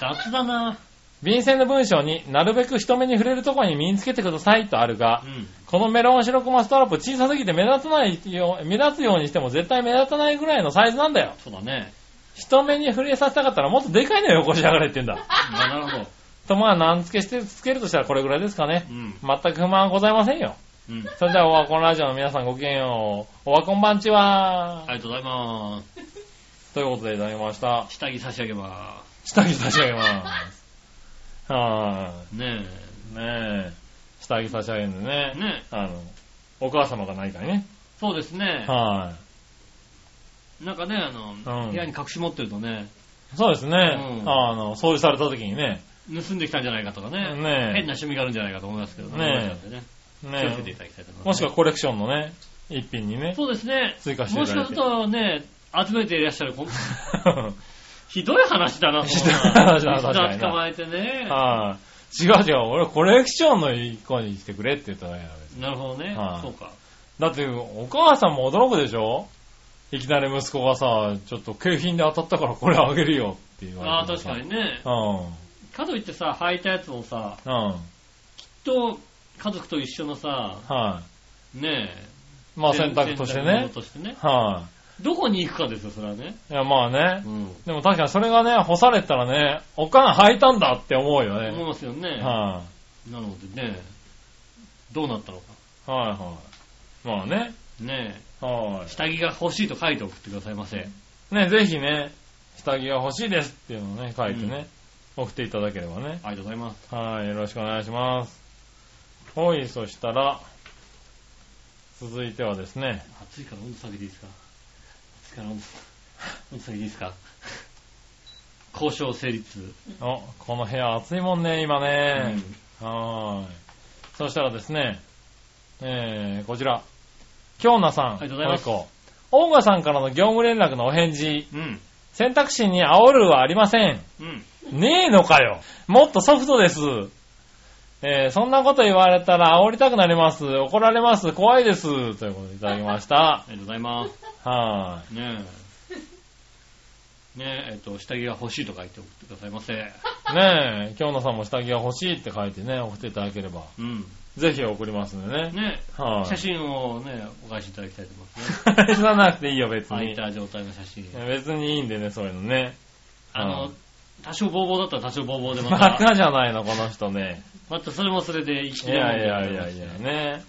雑だな。便箋の文章になるべく人目に触れるところに身につけてくださいとあるがう、ん。このメロン白クマストラップ小さすぎて目立たないよう、目立つようにしても絶対目立たないぐらいのサイズなんだよ。そうだ ね。人目に触れさせたかったらもっとでかいのよ、こし上がれって言うんだ。あなるほど。とまあ、難付けして、つけるとしたらこれぐらいですかね。うん。全く不満はございませんよ。うん。それでは、オワコンラジオの皆さんごきげんよう。オワコンバンチはありがとうございます。ということでいただきました。下着差し上げま下着差し上げます。はす。ねーい。ねえ。下着差し上げるんでえ。ね。ねえ。あの、お母様がないからね。そうですね。はなんかね、あの、うん部屋に隠し持ってるとね、い。そうですね。うんあの、掃除された時にね。盗んできたんじゃないかとかね、変なねえ。趣味があるんじゃないかと思いますけどねえ思いましたんでね気をつけていねただきたいと思いもましす、くはコレクションのね、一品にね、そうですね。追加してもいしたかだすいるて。とね、集めていらっしゃる、 こひどい話だな、ひどい話だな確かになな。捕まえてね。 はい違う違う、俺コレクションの一個にしてくれって言っただけだよなるほどねは。いそうか。だって、お母さんも驚くでしょいきなり息子がさ、ちょっと景品で当たったからこれあげるよって言あわあ、れても確さ。かにね。うかといってさ、履いたやつもさ、ん。うん。きっと家族と一緒のさ、はねえ、まあ選択として選択ね肢。としてね。はどこに行くかですよ、それはね。い。いや、まあねう。ん。でも確かにそれがね、干されたらね、おかん履いたんだって思うよね。思いますよね。はなのでね、どうなったのか。い。はいはい。まあね。ねはえ下着が欲しいと書いて送ってくださいませ。い。ね、ぜひね、下着が欲しいですっていうのをね、書いてね、送っていただければね。ありがとうございます。はい、よろしくお願いします。ほい、そしたら、続いてはですね、暑いから温度下げていいですか暑いから温度温度下げていいですか交渉成立。お、この部屋暑いもんね、今ね。はーい。そしたらですね、えー、こちら。京奈さん。ありがとうございますもう一個。音楽さんからの業務連絡のお返事。うん。選択肢に煽るはありません。うん。ねえのかよ。もっとソフトです。えー、そんなこと言われたら煽りたくなります。怒られます。怖いです。ということでいただきましたあ。りがとうございます。はねえ。ねえ、えっと、下着が欲しいと書いて送ってくださいませ。ーい。ねえ、京奈さんも下着が欲しいって書いてね、送っていただければ。うん。ぜひ送りますんでね。ねはえ、い。写真をね、お返しいただきたいと思いますね。返さなくていいよ、別空に。いいた状態の写真。や別にいいんでね、そういうのね。あうのん、多少ボーボーだったら多少ボーボーで まバた、カじゃないの、この人ね。またそれもそれで生きいてるやいやいやいや、ね。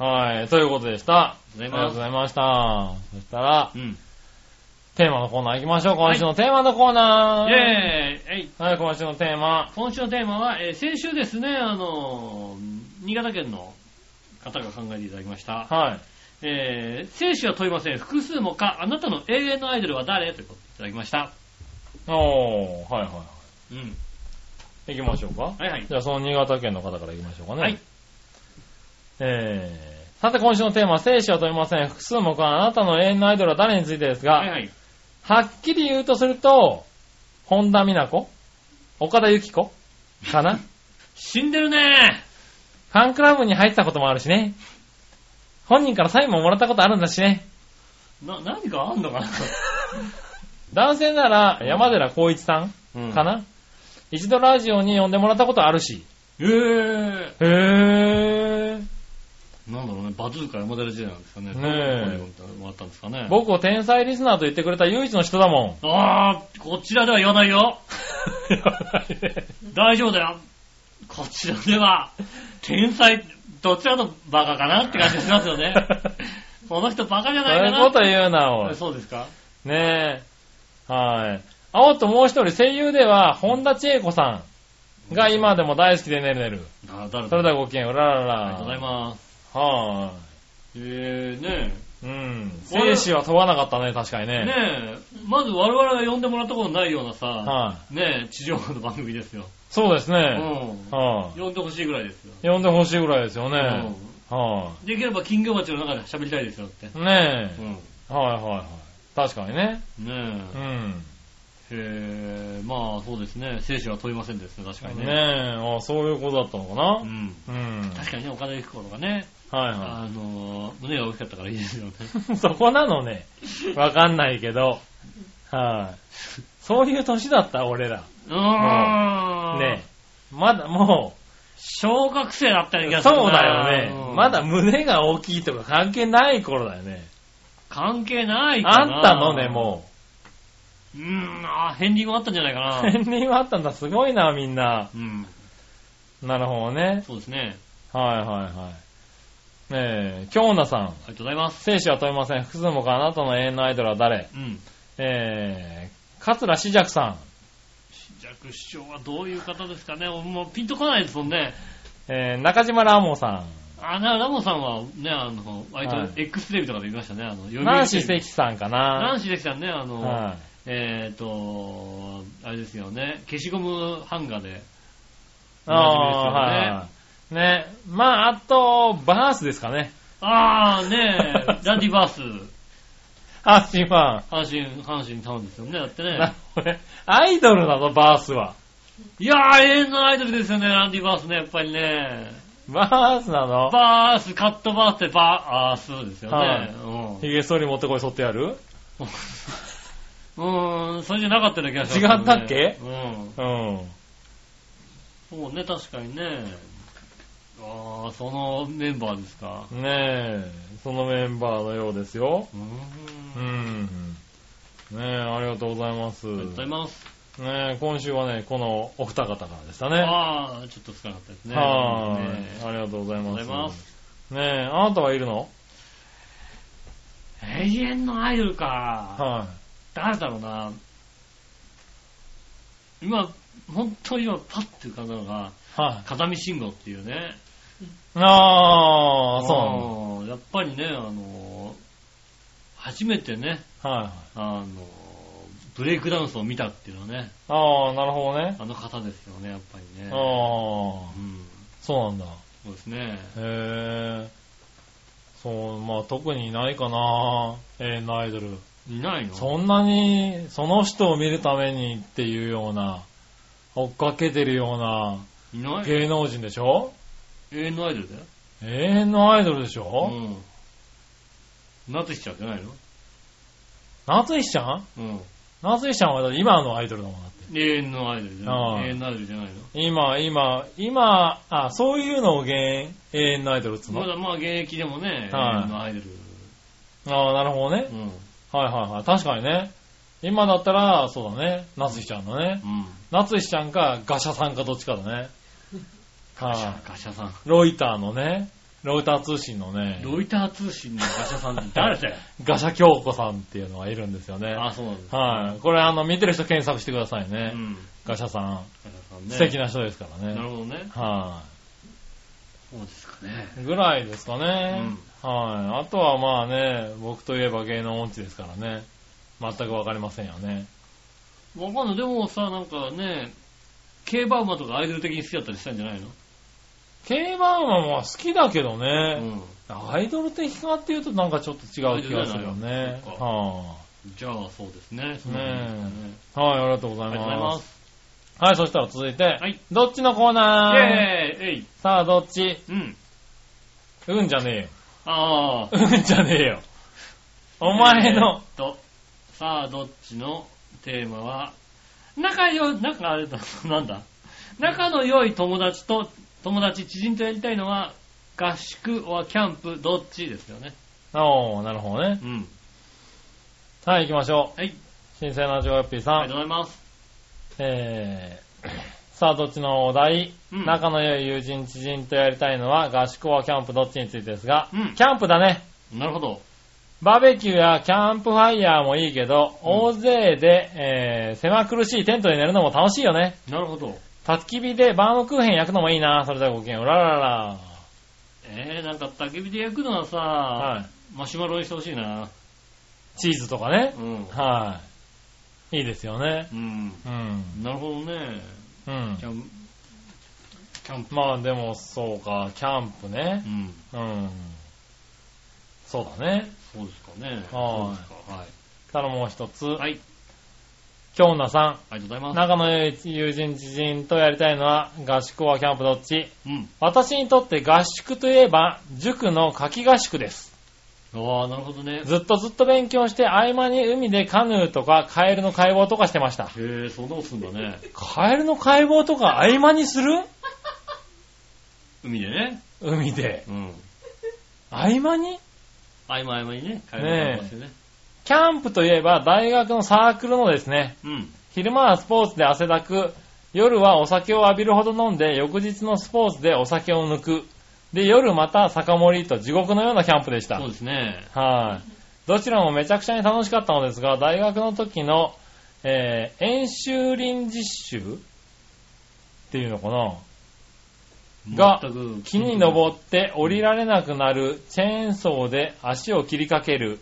はい、ということでした。あありりががととうごうございまざいました。そしたら、す。うん。テーマのコーナー行きましょう。今週のテーマのコーナー。イェーイえいはい、今週のテーマ。今週のテーマは、えー先週ですね、あのー新潟県の方が考えていただきました。はい。えー、生死は問いません。複数もか、あなたの永遠のアイドルは誰ということでいただきました。おー、はいはうん。い。行きましょうか。はいはいじ。ゃあ、その新潟県の方から行きましょうかね。はい。えー、さて今週のテーマ、生死は問いません。複数目はあなたの永遠のアイドルは誰についてですが、はいはい。はっきり言うとすると、本田美奈子岡田由紀子 かなフ死んでるねァンクラブに入ってたこともあるしね。本人からサインももらったことあるんだしね。な、何かあんのかな男性なら山寺宏一さうんんかな、一度ラジオに呼んでもらったことあるし。えー。へー。なんだろうね、バズーカ山寺時代なんですかね。ねえどこでもらったんですかね。僕を天才リスナーと言ってくれた唯一の人だもん。あー、こちらでは言わない よ。言わないで大丈夫だよ。こちらでは、天才、どちらのバカかなって感じがしますよ ね。この人バカじゃそないういうかなこと言うな、おい。そうですかねえ。はい。あおっともう一人声優では、本田千恵子さんが今でも大好きでねるねる。あ誰だそれではごきげんよう、うららら。ありがとうございます。す。はえー、ねい。うん。生死は問わなかったね、確かにえ、ね。ねえ、まず我々が呼んでもらったことないようなさ、はい。ねえ、地上波の番組ですよ。そうですうね。ん。はい。呼んでほしいぐらいですよ。呼んでほしいぐらいですようね。んはできれば金魚鉢の中で喋りたいですよって。い。ねうえ。ん。はいはいはい。確かにね。ねうえ。ん。えー、まあそうですね。精神は問いませんですね、確かにね。ねえ、あそういうことだったのかうな。ん。うん。確かにね、お金行く頃がね、はいはあのー、胸が大きかったからいい ですよね。い。そこなのね。わかんないけど。はい。そういう年だった、俺ら。うーん。ねまだも小学生だったようう、な気がすそるなうだようね。んまだ胸が大きいとか関係ない頃だよね。関係ないかあな。ったのね、もう。うーん、あー、片鱗もあったんじゃないかう。 な。年輪はあったんだ、すごいな、みんな。うん。なるほどね。そうですね。はいはいはい。ねえ、京奈さん。ありがとうございます。生死は問いません。複数目あなたの永遠のアイドルは誰うん。えー、桂志尺さん。弱視聴はどういう方ですかね。もうピンとこないですもんね。えー、中島ラモさあ、な、ラモさんはね、あの、割はいと X テレビとかで見ましたね。あの、読ん。売ナンシーテレビ関さんかナな。ンシー関さんね、あの、はえっ、と、あれですよね、消しゴムハンガーで、い。あー、はいはい。ね。まあ、あと、バースですかね。 あーねえ、ダディバース、アッシーファン。阪神、阪神タウンですよね、だってなるね。ほどね。アイドルなの、バースは。いやー、永遠のアイドルですよね、ランディバースね、やっぱりね。バースなのバース、カットバースってバースですよはいね。うんヒゲ剃り持ってこい、剃ってやるうーん、 それじゃなかったような気がします、違ったっけうん。うん。そうね、確かにね。ああ、そのメンバーですか。ねえ、そのメンバーのようですよ。うー。うんん。ねえ、ありがとうございます。ありがとうございます。ねえ、今週はね、このお二方からでしたね。ああ、ちょっと少なかったですね。はねーい。ありがとうございありがとうまござす。います。ねえ、あなたはいるの永遠のアイドルか。は誰だろうな。今、本当に今パッて浮かんだのが、い。はい。風見慎吾っていうね。ああ、そうなんうやっぱりね、あの、初めてね、だ。はいはい。あの、ブレイクダンスを見たっていうのはね、ああ、なるほどね。あの方ですよね、やっぱりね。ああう、ん。そうなんだ。そうですね。へえ。そう、まあ特にないかな。永遠のアイドル。いないのそんなに、その人を見るためにっていうような、追っかけてるようないない芸能人でしょ永遠のアイドルだよ。永遠のアイドルでしょ、うん。なってきちゃうじゃないの夏日ちゃんうん。夏日ちゃんはだって今のアイドルだもんだって。永遠のアイドルじゃあなあい永遠のアイドルじゃない今、今、今、あ、そういうのを芸永遠のアイドルっつうのの、まだまあ現役でもね、永はい遠のアイドル。ああ、なるほどねう。ん。はいはいはい。確かにね。今だったら、そうだね。夏日ちゃんだね。うん。夏日ちゃんか、ガシャさんかどっちかだ ね。はガい、シャ、ガシャさん。ロイターのね、ロイター通信のね、ロイター通信のガシャさんって誰だよ。ガシャ京子さんっていうのがいるんですよね。あ、そうなんです。はい。これ、あの、見てる人検索してくださいね。うん。ガシャさん。ガシャさんね。素敵な人ですからなるね。ほどね。はそうですかね。い。ぐらいですかね。はい。あとはまあね、僕といえば芸能音痴ですからね。全くわかりませんよね。わかんない。でもさ、なんかね、競馬馬とかアイドル的に好きだったりしたんじゃないの競馬馬も好きだけどね。うん。アイドル的かっていうとなんかちょっと違う気がするアイドルじゃよね。ないのそっかはじゃあ、そうですね。そうなんですかねい。はい、ありがとうござあいりがとうございまます。す。はい、そしたら続いて、いどっちのコイーェナーーイえいさあ、どっちうん。うんじゃねああ。えよ。うんじゃねえよ。おえ前ーのっ、と、さあ、どっちのテーマは、仲良い、仲あれだ、 なんだ。仲の良い友達と、友達、知人とやりたいのは、合宿はキャンプ、どっちですよね。おー、なるほどね。うん。はい、行きましょう。はい。新鮮なジョーヨッピーあさりがとん。うございます。えー、さあ、どっちのお題、うん仲の良い友人、知人とやりたいのは、合宿はキャンプどっちについてですが、うんキャンプだね。なるほど。バーベキューやキャンプファイヤーもいいけど、うん大勢で、えー、狭苦しいテントで寝るのも楽しいよね。なるほど。焚き火でバームクーヘン焼くのもいいな。それではごきげんよう。うらららら。えー、なんか焚き火で焼くのはさ、はマシュマロにしてほしいな。い。チーズとかねう。ん。はい。いいですよね。うん。うん。なるほどね。うんキ。ャン、キャンプ。まあでも、そうか、キャンプねう。ん。うん。そうだね。そうですかね。はそうですか。はい。ただもう一つ。はい。京奈さありがとうござん。います。仲の良い友人、知人とやりたいのは、合宿はキャンプどっちうん。私にとって合宿といえば、塾の夏季合宿です。ああ、なるほどね。ずっとずっと勉強して、合間に海でカヌーとかカエルの解剖とかしてました。へえ、そんなことすんだね。カエルの解剖とか合間にする海でね。海で。うん。合間に合間合間にね、帰ねえしてね。キャンプといえば、大学のサークルのですね、うん。昼間はスポーツで汗だく、夜はお酒を浴びるほど飲んで、翌日のスポーツでお酒を抜く。で、夜また酒盛りと地獄のようなキャンプでした。そうですね。はい。どちらもめちゃくちゃに楽しかったのですが、大学の時の、えー、演習臨実習っていうのかなが全く木に登って降りられなくなる、チェーンソーで足を切りかける、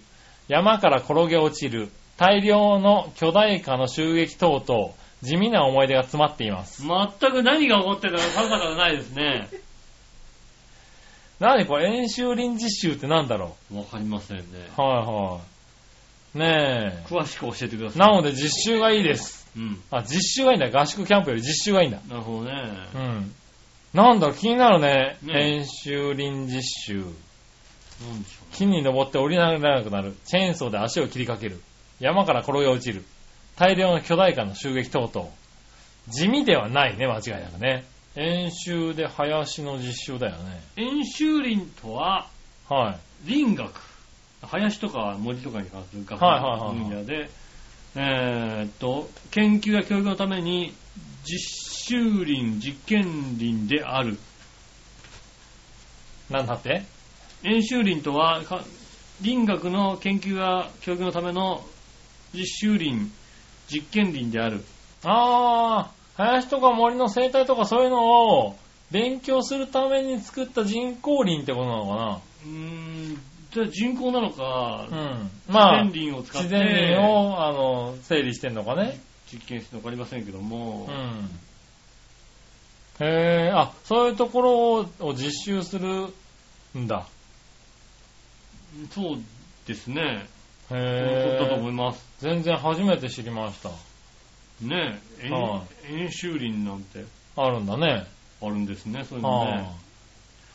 山から転げ落ちる、大量の巨大化の襲撃等々、地味な思い出が詰まっています。全く何が起こってるのか定かじゃないですね。なにこれ、演習臨実習ってなんだろわかりませんね。うはいはい。ね詳しく教えてくだえ。さい。なので実習がいいです。うん。あ、実習がいいんだ。合宿キャンプより実習がいいんだ。なるほどね。うん。なんだろう、気になるね。ね演習臨実習。なんでしょうね。木に登って降りられなくなる。チェーンソーで足を切りかける。山から転げ落ちる。大量の巨大化の襲撃等々。地味ではないね、間違いなくね。演習で林の実習だよね。演習林とは、はい。林学。林とか森とかに関する学はいはいはいはい分野で、えーっと、研究や教育のために、実習林、実験林である。なんだって演習林とは、か林学の研究や教育のための実習林、実験林である。あー、林とか森の生態とかそういうのを勉強するために作った人工林ってことなのかうーん、じゃあ人工なのか、なうん。まあ、自然林を使って自然林を、あの、整理してんのかね。実験してわかりませんけども、うん。へー、あ、そういうところをを実習するんだ。そうですね、へそうだと思ー。います。全然初めて知りました。ねえ、は演演習林なんてあるんだね。あるんですね、そういうのはね。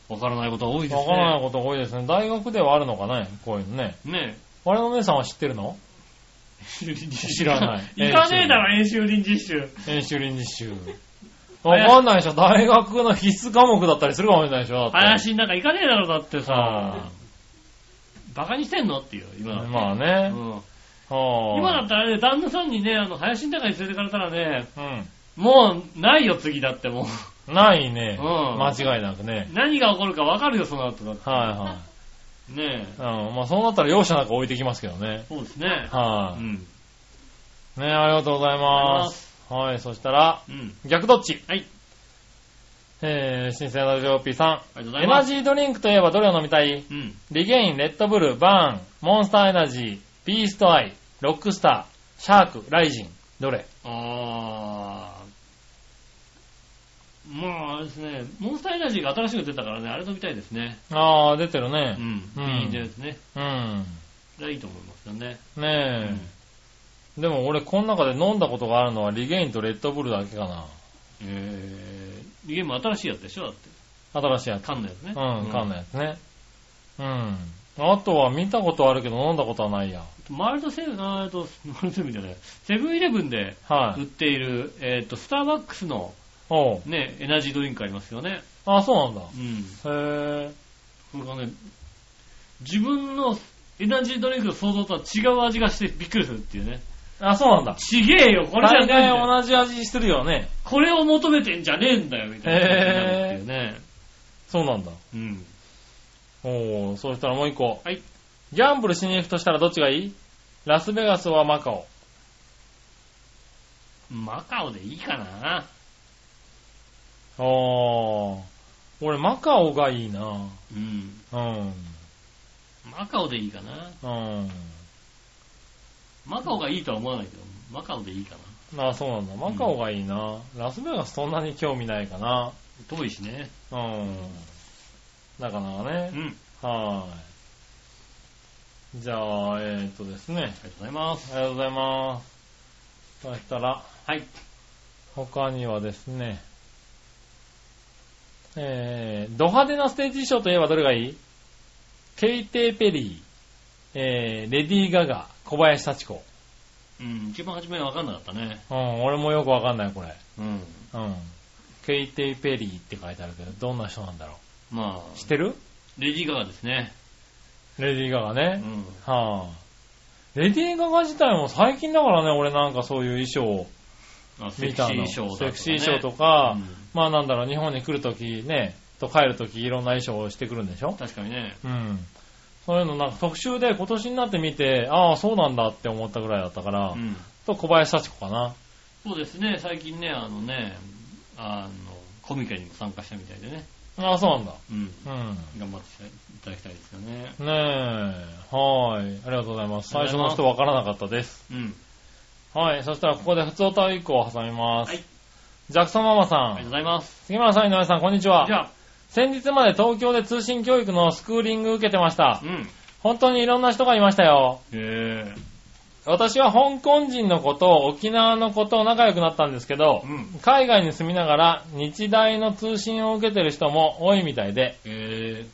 わからないことは多いい。でわすからないね。ことが多いですね。大学ではあるのかねこういうのね。ねあれの姉さんは知ってるのえ、演習林実習。 知らない 行かねえだろ、演習林実習。演習臨時習。わかんないでしょ。大学の必須科目だったりするかもしれないでしょ。だって林なんか行かねえだろ、だってさは。バカにしてんのっていう、今だってまあね。うんはあ今だったらね、旦那さんにね、あの、林の中に連れてかれたらね、うもう、ないよ、次だってもう。ん。ないね。うん間違いなくね。何が起こるかわかるよ、その後だって。はねいはい。うん。まあそうなったら容赦なく置いてきますけどねえ。。そうですね。うはん。い。ねありがとうございます。はい。そしたら、うん。逆どっちはい。えー、新鮮なジョーピーさありがとうごん。ざいエまナす。ジードリンクといえばどれを飲みたいうん。リゲイン、レッドブル、バーン、モンスターエナジー、ビーストアイ、ロックスター、シャーク、ライジン。どれあー。まあ、あれですね。モンスターエナジーが新しく出たからね、あれ飲みたいですね。あー、出てるうね。ん。うんいいですね。うん。それはいいと思いますよね。うねんえ。でも俺、この中で飲んだことがあるのは、リゲインとレッドブルだけかな。えー、ゲーム新しいやつでしょだって。新しいやつ。缶のやつね。うん、缶のやつね。うん。あとは見たことあるけど飲んだことはないや。マルトセブン、あーえっと、マルトセブンじゃない。セブンイレブンでは売っい。ている、えっと、スターバックスのおう。ね、エナジードリンクありますよね。あ、そうなんだ。うん。へこれがね、自分のエナジードリンクの想像とは違う味がしてびっくりするっていうね。え。あ、そうなんだ。ちげえよ、ここれじゃれないんだよ同じ味するよね。これを求めてんじゃねえんだよ、みたいな感じになるっていうね。そうなんだ。うん。おう、そうしたらもう一個。はい。ギャンブルしに行くとしたらどっちがいいラスベガスはマカオ。マカオでいいかな。あー。俺、マカオがいいな。うん。うん。マカオでいいかな。うん。マカオがいいとは思わないけど、マカオでいいかな。あ、そうなんだ。マカオがいいな。ラスベガスそんなに興味ないかな。遠いしね。うん。なかなかうね。ん。はーい。じゃあ、えー、っとですね。ありがとうございます。ありがとうございます。そしたら、はい。他にはですね。えー、ド派手なステージ衣装といえばどれがいいケイテイ・ペリー、えー、レディー・ガガ、小林幸子。うん、一番初めは分かんなかったね。うん、俺もよくわかんない、これ。うん。うん。ケイテイ・ペリーって書いてあるけど、どんな人なんだろまう。あ、知ってるレディーガガですね。レディー・ガガうね。ん。はぁ、レディー・ガガ自体も最近だからね、俺なんかそういう衣装をあセ見クシたーの。衣装だとか、ね。セクシー衣装とか。か、うんまあなんだろう、日本に来るときね、と帰るときいろんな衣装をしてくるんでしょ確かにね。うん。そういうのなんか特集で今年になって見て、ああ、そうなんだって思ったぐらいだったから、うん。と小林幸子かな。そうですね、最近ね、あのね、あの、コミケにも参加したみたいでね、ああ、そうなんだ。うん、うん。頑張っていただきたいですよね。ねえ、はーい。ありがとうございます。あ最りがとうござい初のます人わからなかったです。うん。はい。そしたらここで普通歌以降を挟みます。はいジャクソンママさありがとうごん。ざいます。杉村さん、井上さん、こんにちは。じゃあ、先日まで東京で通信教育のスクーリング受けてましたう。ん。本当にいろんな人がいましたよ。え私は香港人の子と沖縄の子と仲良くなったんですけど、うん海外に住みながら日大の通信を受けてる人も多いみたいで、ー、え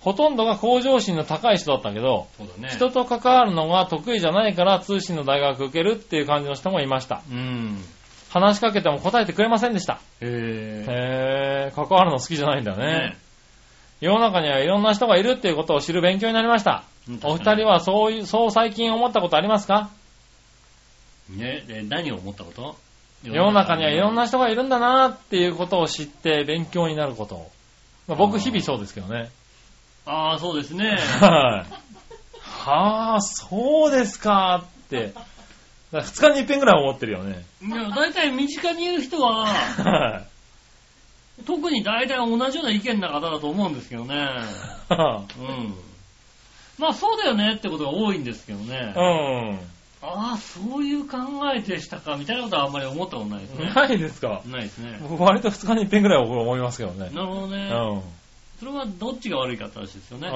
ほとんどが向上心の高い人だったけど、ー、そうだね。人と関わるのが得意じゃないから通信の大学受けるっていう感じの人もいました。うん。話しかけても答えてくれませんでした。へえ。へー、関わるの好きじゃないんだねね。世の中にはいろんな人がいるっていうことを知る勉強になりました。お二人ははそういう、そう最近思ったことありますかね、で何を思ったこと世の中にはいろんな人がいるんだなっていうことを知って勉強になること。まああ僕ー日々そうですけどね。ああ、そうですね。 はい。はあ、そうですかって。だから二日に一遍ぐらい思ってるよね。 いや、大体身近にいる人は、はい特に大体同じような意見な方だと思うんですけどね。うん。まあそうだよねってことが多いんですけどね。うん。ああ、そういう考えでしたか、みたいなことはあんまり思ったことないですね。ないですかないですね。僕割と二日に一遍ぐらいは僕思いますけどね。なるほどうね。ん。それはどっちが悪いかって話ですよね。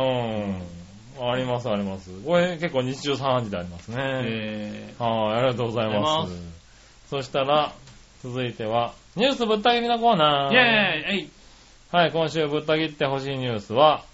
うん。あります、あります。これ結構日常茶飯事でありますね。えはい、ありがとうございあまりがとうござすい。そしたら、続いては、ニュースぶった切りのコーー、ナー。イェーイえいはい、今週ぶった切ってほしいニュースは、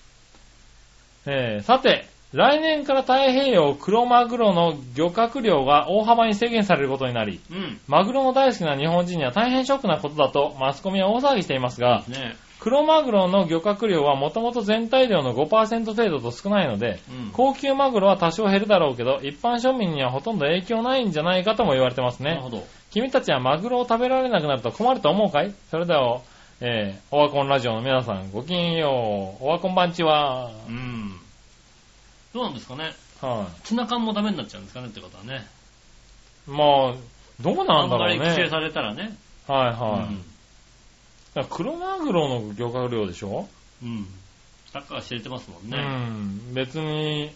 えー、さて、来年から太平洋クロマグロの漁獲量が大幅に制限されることになり、うん。マグロの大好きな日本人には大変ショックなことだとマスコミは大騒ぎしていますが、ねクロマグロの漁獲量はもともと全体量の5%程度と少ないので、うん。高級マグロは多少減るだろうけど、一般庶民にはほとんど影響ないんじゃないかとも言われてますなるねほ。ど。君たちはマグロを食べられなくなると困ると思うかいそれでは、えー、オワコンラジオの皆さん、ごきげんよう。オワコンバンチは、うん。どうなんですかね。はツナ缶もダメになっちゃうんですかねってことはね。い。まあ、どうなあんんだまろうりね。規制はいされたらね。はい。だから黒マグロの漁獲量でしょ、うん。うん。サッカー知れてますもんうね。ん。別に、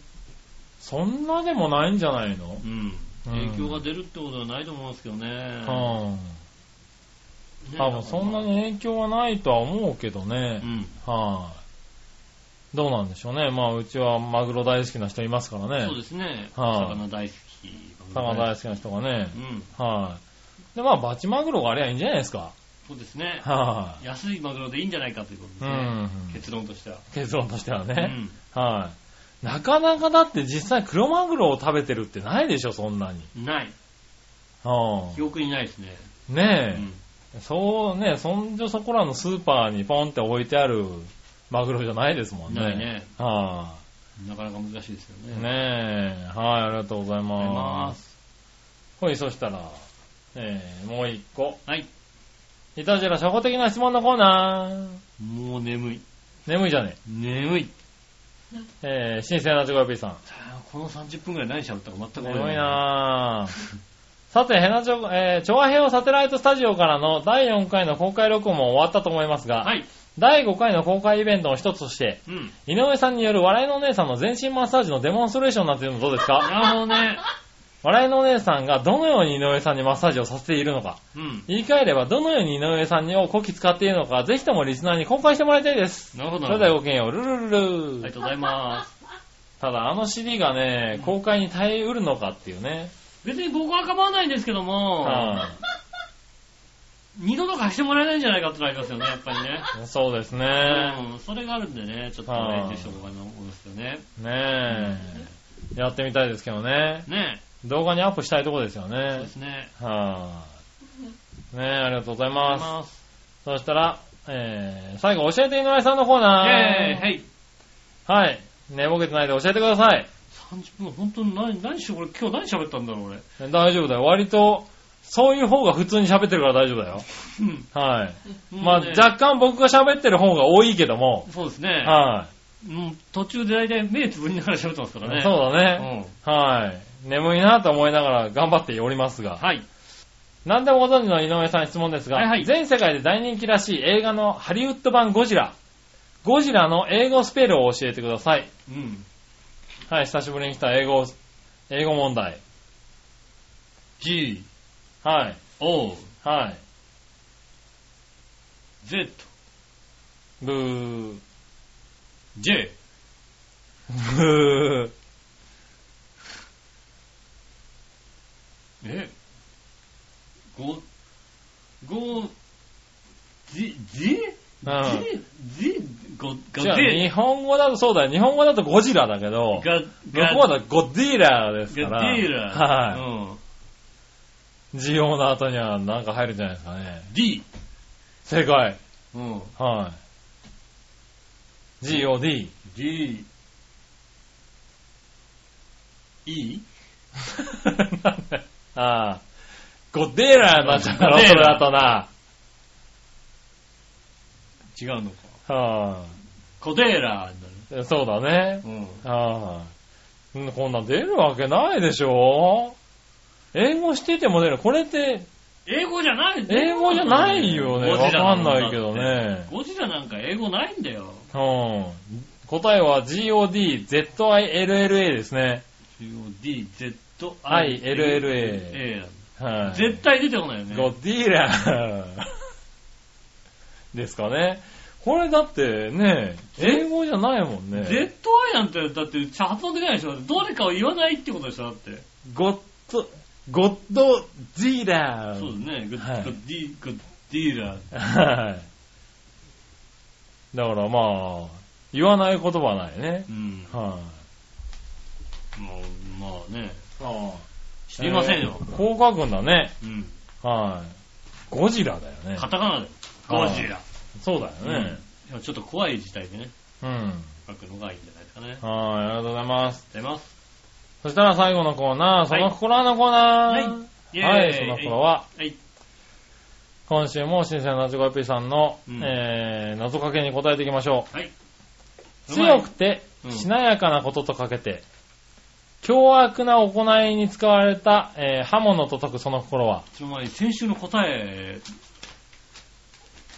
そんなでもないんじゃないのうん。うん影響が出るってことはないと思うんですけどね。うん。ね多分そんなに。影響はないとは思うけどねう。ん。はい。どうなんでしょうね。まあ、うちはマグロ大好きな人いますからね。そうですね。はい魚大好き。魚大好きな人がね。うん。はい。で、まあ、バチマグロがあればいいんじゃないですか。そうですね。は安いマグロでいいんじゃないかということですい。うね。ん。結論としては。結論としてはうね。んはい。なかなかだって実際黒マグロを食べてるってないでしょ、そんなに。ない。は記憶にないですね。い。うねん。え。そうね、そんじょそこらのスーパーにポンって置いてあるマグロじゃないですもんね。ないね。はなかなか難しいですい。よね。ねえ。はい、ありがとうございありがとうございま。ますす。ほい、そしたら、えー、もう一個。はい。いたじら初歩的な質問のコーナー。もう眠い。眠いじゃねえ。眠い。えー、新鮮なチョコヨッピーさん。この30分ぐらい何喋ったか全く覚えて眠いなぁ。さて、ヘナチョコ、えー、チョアヘオサテライトスタジオからの第4回の公開録音も終わったと思いますが、はい。第5回の公開イベントの一つとして、うん。井上さんによる笑いのお姉さんの全身マッサージのデモンストレーションなんていうのどうですかなるほどね。笑いのお姉さんがどのように井上さんにマッサージをさせているのか、うん。言い換えればどのように井上さんにをこき使っているのか、ぜひともリスナーに公開してもらいたいです。なるほそど。れではあごきげんよう、ルルルルりルが。とうございます。ただ、あの CD がね、公開に耐えうるのかっていうね。別に僕は構わないんですけども、はい二度と貸してもらえないんじゃないかってなりますよね、やっぱりね。そうですね。うん、それがあるんでね、ちょっとはねい、ぜひともご覧の思うんですよね。ねえ。やってみたいですけどね。ね動画にアップしたいとこですよそうねで。すね。はい。ねえ、ありがとうごありがとうござざいいまます。す。そしたら、えー、最後教えて井上さんのコーイェーナー。イはい。はい。寝ぼけてないで教えてください。 30分、本当に何、何しよう、俺今日何喋ったんだろう、俺。大丈夫だよ。割と、そういう方が普通に喋ってるから大丈夫だよ。うんはい。まあ、もうね若干僕が喋ってる方が多いけども、そうですね。はもう途中で大体目つぶりながら喋ってますかい。らね。そううだね。ね。はい。眠いなと思いながら頑張っておりますうん。が。はい。何でもご存知の井上さんに質問ですが、はいはい全世界で大人気らしい映画のハリウッド版ゴジラ。ゴジラの英語スペルを教えてください。うん。はい、久しぶりに来た英語、英語問題。 G, はい、 O, は Z, い。ブー。 J, ブー。えご、ご、じ、じうんじ、じ、ご、違がう、日ぜ、本語だとそうだよ。日本語だとゴジラだけど、が、向こうだとゴディーラですから。が、ディーラ。はい。うん。 GO の後にはなんか入るんじゃないですかね。 D。正解。うん。はい。GOD。 D。E? なんだよ ああ。ゴデーラになっちゃうだろ、ゴデそーれだラとな。違うのか。はコデーラになる。い。そうだね。うん。はい、うんこんなん出るわけないでしょ英語してても出る。これって、英語じゃない英語じゃないよね。ゴわジラかんだもないけど。だねって。ゴジラなんか英語ないんだよ。うん。答えは GODZILLA ですね。 COD、Z、 I L L A A。はい。絶対出てこないよね。ゴディラですかね。これだってね、英語じゃないもんね。 ZI なんて、だって発音できないでしょ。どれかを言わないってことでしょ、だって。ゴッド、ゴッドディーラー。そうですね。グはいッ、グッ、ディ、グッ、ディーラー。はい。だからまあ、言わない言葉はないねう。ん。はもう、まあね。い、あ。知りませんよ。えーこう書くんだね。うん。はい、ゴジラだよねカ。タカナで。ゴジラ。そうだよね。うんちょっと怖い事態でね、うん。書くのがいいんじゃないですかね。ありがとうはい、ありがとうございます。ございます。そしたら最後のコーナー、その心のコーナー。はいイェーイはい、その頃は、はい。今週も新鮮なチョコエピさんの、うんえー、謎かけに答えていきましょはい。う。強くて、うんしなやかなこととかけて、凶悪な行いに使われた、えー、刃物と解くその心は。その前に先週の答え、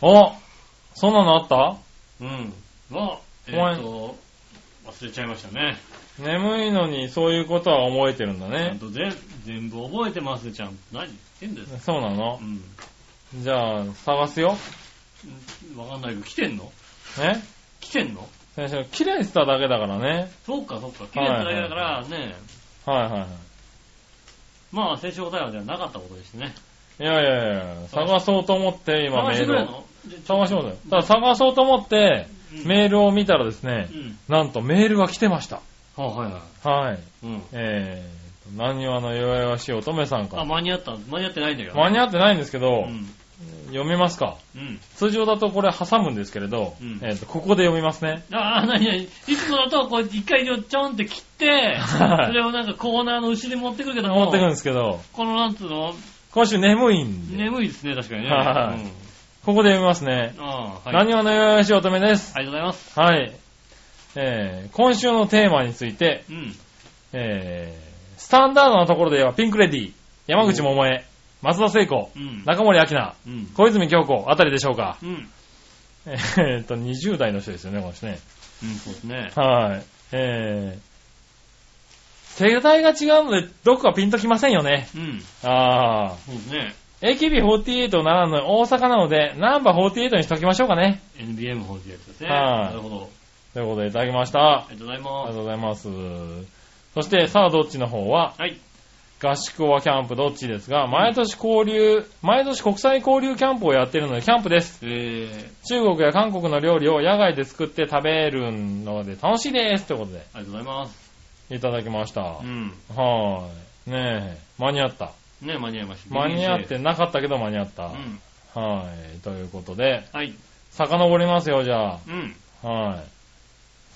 おそんなのあったうん。は、えっ、と、忘れちゃいましたね。眠いのにそういうことは思えてるんだちゃんね。とぜ全部覚えてますちゃんと。何言ってんですかそうなのうん。じゃあ、探すよ。うんわかんないけど、来てんのね来てんの先生、綺麗にしただけだからね。そうか、そうか。来てただけだから、ね。はいはいはい。まあ、先週答えはじゃあなかったことですね。いやいやいや、探そうと思って今探メしーてくルれんを。の探しますよ。ただ探そうと思ってうんメールを見たらですねう、ん。なんとメールが来てました。はいはいははい。い。うん。えー、何話の弱々しい乙女さんかあ、ら。間に合った。間に合ってないんだけど。間に合ってないんですけど、うん。読みますかうん。通常だとこれ挟むんですけれど、うんえーと、ここで読みますね。ああ、なになにいつもだと、こう、一回ちょ、ちょんって切って、はいそれをなんかコーナーの後ろに持ってくるけども、持ってくるんですけど、この、なんつうの、今週眠いんで、眠いですね、確かにね。はいうんここで読みますね。ああ、はい。何話の弱々しい乙女です。ありがとうございます。はい。えー、今週のテーマについて、うん。えー、スタンダードなところで言えばピンクレディー、山口百恵、松田聖子、うん。中森明菜、うん。小泉京子あたりでしょうか。うん。えーっと、20代の人ですよね、この人ね。うん、そうですね。はい。えー、世代が違うので、どこかピンときませんよね。うん。あそうですね。ー。AKB48 ならぬ大阪なので、ナンバー48にしときましょうかね。 NBM48 ですね。はいなるほど。ということでいただきました。ありがとうございありまがとうございます。そして、さあどっちの方は、す。はい。合宿はキャンプどっちですが、毎年交流、毎年国際交流キャンプをやってるのでキャンプです。え中国や韓国の料理を野外で作って食べるので楽しいですということー、ありがとうございます。で、いただきました。うん。はーい。ねえ、間に合った。ね、間に合いました。間に合っうてなかったけど間に合った。ん。はーい。ということで、はい。遡りますよ、じゃうん。あ。はーい。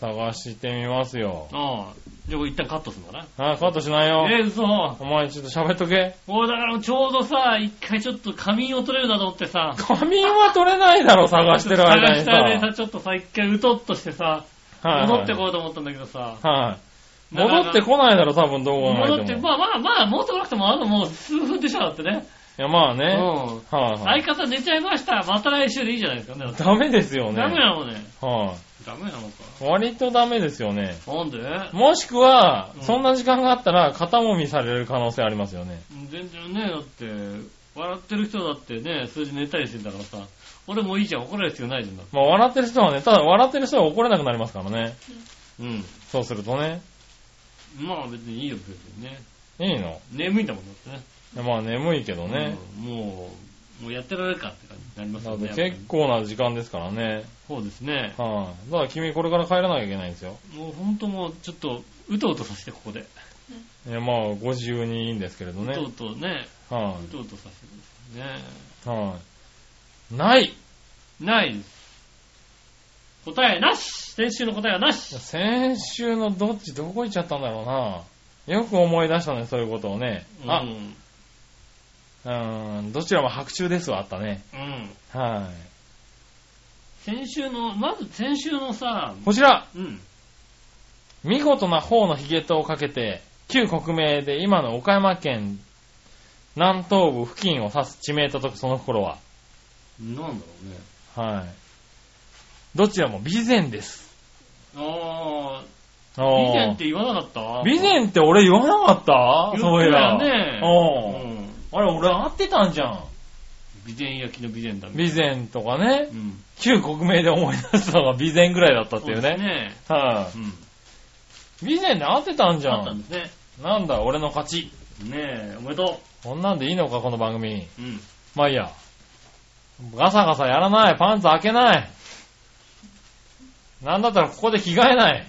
探してみますよ。ああ。じゃあ、これ一旦カットするのかな。あ、カットしないよ。えー、嘘。お前ちょっと喋っとけ。もうだからちょうどさ、一回ちょっと仮眠を取れるなと思ってさ、仮眠は取れないだろ、 探してる間探しにさ。てる間にさちょっとさ、一回うとっとしてさ、はいはい戻ってこうと思ったんだけどさ、はい。戻ってこないだろ、多分どう考えても。戻って、まあまあまあ、戻ってこなくても、あともう数分でしょ、だってね。いや、まあうね。ん。はいはい。相方寝ちゃいました。また来週でいいじゃないですかね。だってダメですよね。ダメなのね。はダメなのか。い。割とダメですよね。なんでもしくはう、んそんな時間があったら、肩もみされる可能性ありますよね。全然ね、だって、笑ってる人だってね、数字寝たりしてんだからさ、俺もういいじゃん、怒られる必要ないじゃんだって。まあ、笑ってる人はね、ただ笑ってる人は怒れなくなりますからね。うん。そうするとね。まあ別にいいよ、別にね。いいの眠いんだもんだってね。いやまあ、眠いけどね。うんもう、もうやってられるかって感じになりますだよっね。てやっぱりね結構な時間ですからね。そうですね。はい。だから君これから帰らなきゃいけないんですよ。もう本当もうちょっと、うとうとさせてここで。いや、まあ、ご自由にいいんですけれどうね。はと、いうとうね、うとうとさせるんですよね。はい、ないないです。答えなし先週の答えはなし先週のどっちどこ行っちゃったんだろうな。よく思い出したね、そういうことをね。うあ、ん。うん、どちらも白昼ですわ、あったね。うん。は先週の、まず先週のさい。、こちら、うん。見事な方のヒゲとをかけて、旧国名で今の岡山県南東部付近を指す地名と解くその頃は。なんだろうね。はい。どちらも備前です。あ備あ、備前って言わなかった備前って俺言わなかっ言ったてたよそういや。ね。おううんあれ、俺合ってたんじゃん。備前焼きの備前だ備。前とかねう、ん。旧国名で思い出したのが備前ぐらいだったってそういですうね。ね。はうい。ん。備前で合ってたんじゃあったんでん。すね。なんだ、俺の勝ち。ねえ、おめでとこんなんでいいのか、この番組。う。うん。まあいいや。ガサガサやらない。パンツ開けない。なんだったらここで着替えない。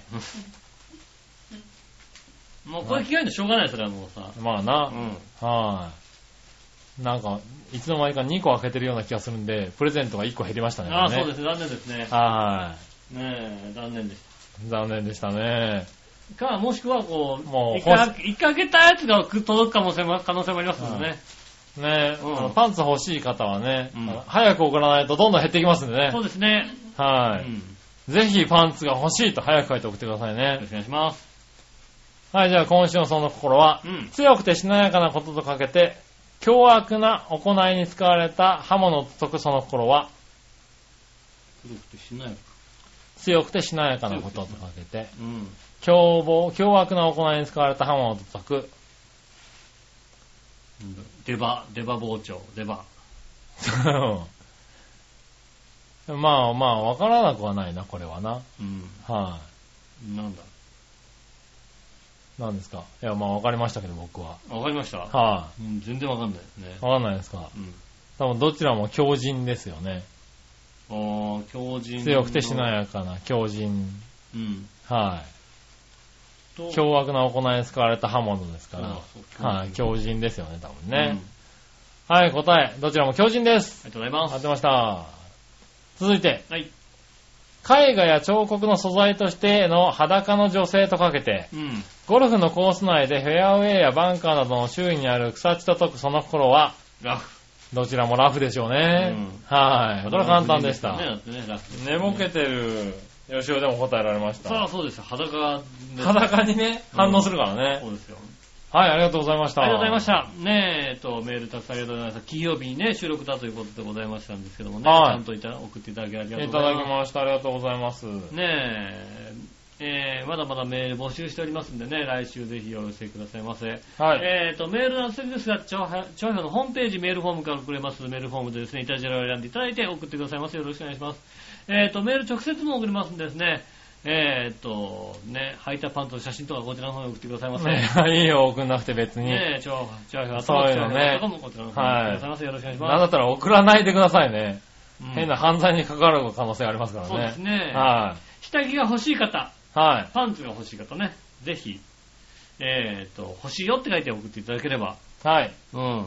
もうこれ着替えるのしょうがないですから、もうさ。まあうな。ん。はい。なんか、いつの間にか2個開けてるような気がするんで、プレゼントが1個減りましたね。。ああ、そうですすね。残念ですね。はねえ、残念です。い。残念でしたね。か、もしくはこう、もう一回、一回開けたやつが届く可能性も、可能性もありますのでね。ね、うんあのパンツ欲しい方はね、うんあの早く送らないとどんどん減ってきますんでねそう。ですね。うはい、ん。ぜひパンツが欲しいと早く書いて送ってくださよいろねし。くお願いします。はい、じゃあ今週のその心は、うん。強くてしなやかなこととかけて、凶悪な行いに使われた刃物と解くその心は、黒くてしない。強くてしなやかなこととかけて、うん。凶暴、凶悪な行いに使われた刃物と解く、 出刃、出刃包丁、出刃。うんまあまあ、わからなくはないな、これはな。はい、うん。なんだ。なんですかいや、まあわかりましたけど、僕は。あわかりました。はうん、全然わかんないですねい、。わかんないですかうん。多分どちらも強靭ですよね。ああ、強靭の。。強くてしないやかな、強靭。うん。はい、と凶悪な行いに使われた刃物ですかあらあ。そうはい、強強靭ですよね、多分靭うんあね。はい、答え、どちらも強靭でりす。がとうございま当す。てました。続いて、はい。絵画や彫刻の素材としての裸の女性とかけて、うん。ゴルフのコース内でフェアウェイやバンカーなどの周囲にある草地と解くその頃は、ラフ。どちらもラフでしょうね。うんはい。これは簡単でしね、た。だってね、ラフ。寝ぼけてる吉尾でも答えられました。さあ、そうですよ。裸がね、裸にね、うん反応するからねそ。うですよ。はい、ありがとうございました。ありがとうございました。ねえ、えっと、メールたくさんありがとうございました。金曜日にね、収録だということでございましたんですけどもね、ちはいゃんといた送っていただきありがとういごたざいだます。きました。ありがとうございます。はねえ、えーまだまだメール募集しておりますんでね、来週ぜひお寄せくださいませ。い。えー、と、メールの宛先ですが、調和調和のホームページ、メールフォームから送れます。メールフォームでですね、いたじらを選んでいただいて送ってくださいませ。よろしくお願いします。えー、と、メール直接も送りますんでですね、えー、と、ね、履いたパンツの写真とかこちらの方に送ってくださいませ。ねね いいよ、送んなくて別に。え、調和、調和、そういうのね頭のこちらの方に送ってくださいませ。よろしくお願いしなんだまったら送らないでくださいね。す。うん変な犯罪に関わる可能性ありますからね。そうですねは下着が欲しい方、い。はい。パンツが欲しい方ね、ぜひ、えー、と、欲しいよって書いて送っていただければ。はい。うん。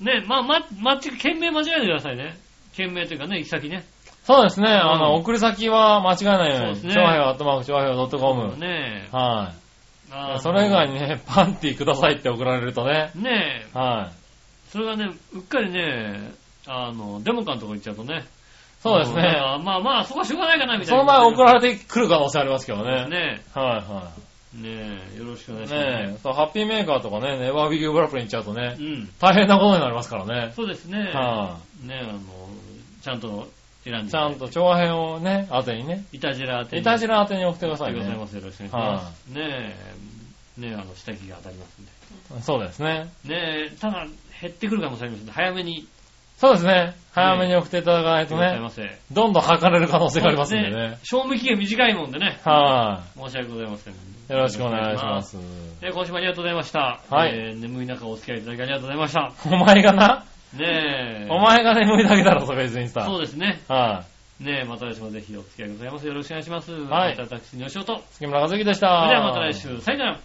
ね、まあ、ま、まち、件名間違えないでくださいね。件名というかね、行き先ね。そうですね。あの、うん送り先は間違いないようそうに。ですね超平和、アットマーク、超平和 .com。ねえ。はあのい。それ以外に。ね、パンティくださいって送られるとね。ねえ。はい。それがね、うっかりね、あの、デモカのとこ行っちゃうとね。そうですんだかね。らまあまあ、そこはしょうがないかな、みたいそな。の前送られてくる可能性ありますけどね。ねはえ。ねえ、よろしくお願いしまいはい。すねえね。そうハッピーメーカーとかね、ネバービギューブラップに行っちゃうとねう、ん。大変なことになりますからね。そうですね。はねえ、あの、ちゃんと選んい。で。ちゃん。と調和編をね、当てにね。いたじら当ていたじらら宛てに送ってくだ当さていくださいねま。せ。よろしくお願いします。ねえ、ねえ、あの、下着が当たりますんで。そうですね。ねえ、ただ、減ってくるかもしれません。早めにそうですね。早めに送っていただかないくとださいね、ませ。どんどん測れる可能性がありますんでね。賞味期限短いもんでね。は申し訳ございません。い。よろしくお願いしま。す。えー今週もありがとうございました。はいえー眠い中お付き合いいただきありがとうございました。お前がな、ねえ。お前が眠いだけだろ、それ別にさ。そうでですね。す。はい。ねえ、また来週もぜひお付き合いくださいませ。よろしくお願いします。はいまた私、西尾と。月村和之でした。それではまた来週。さよなら。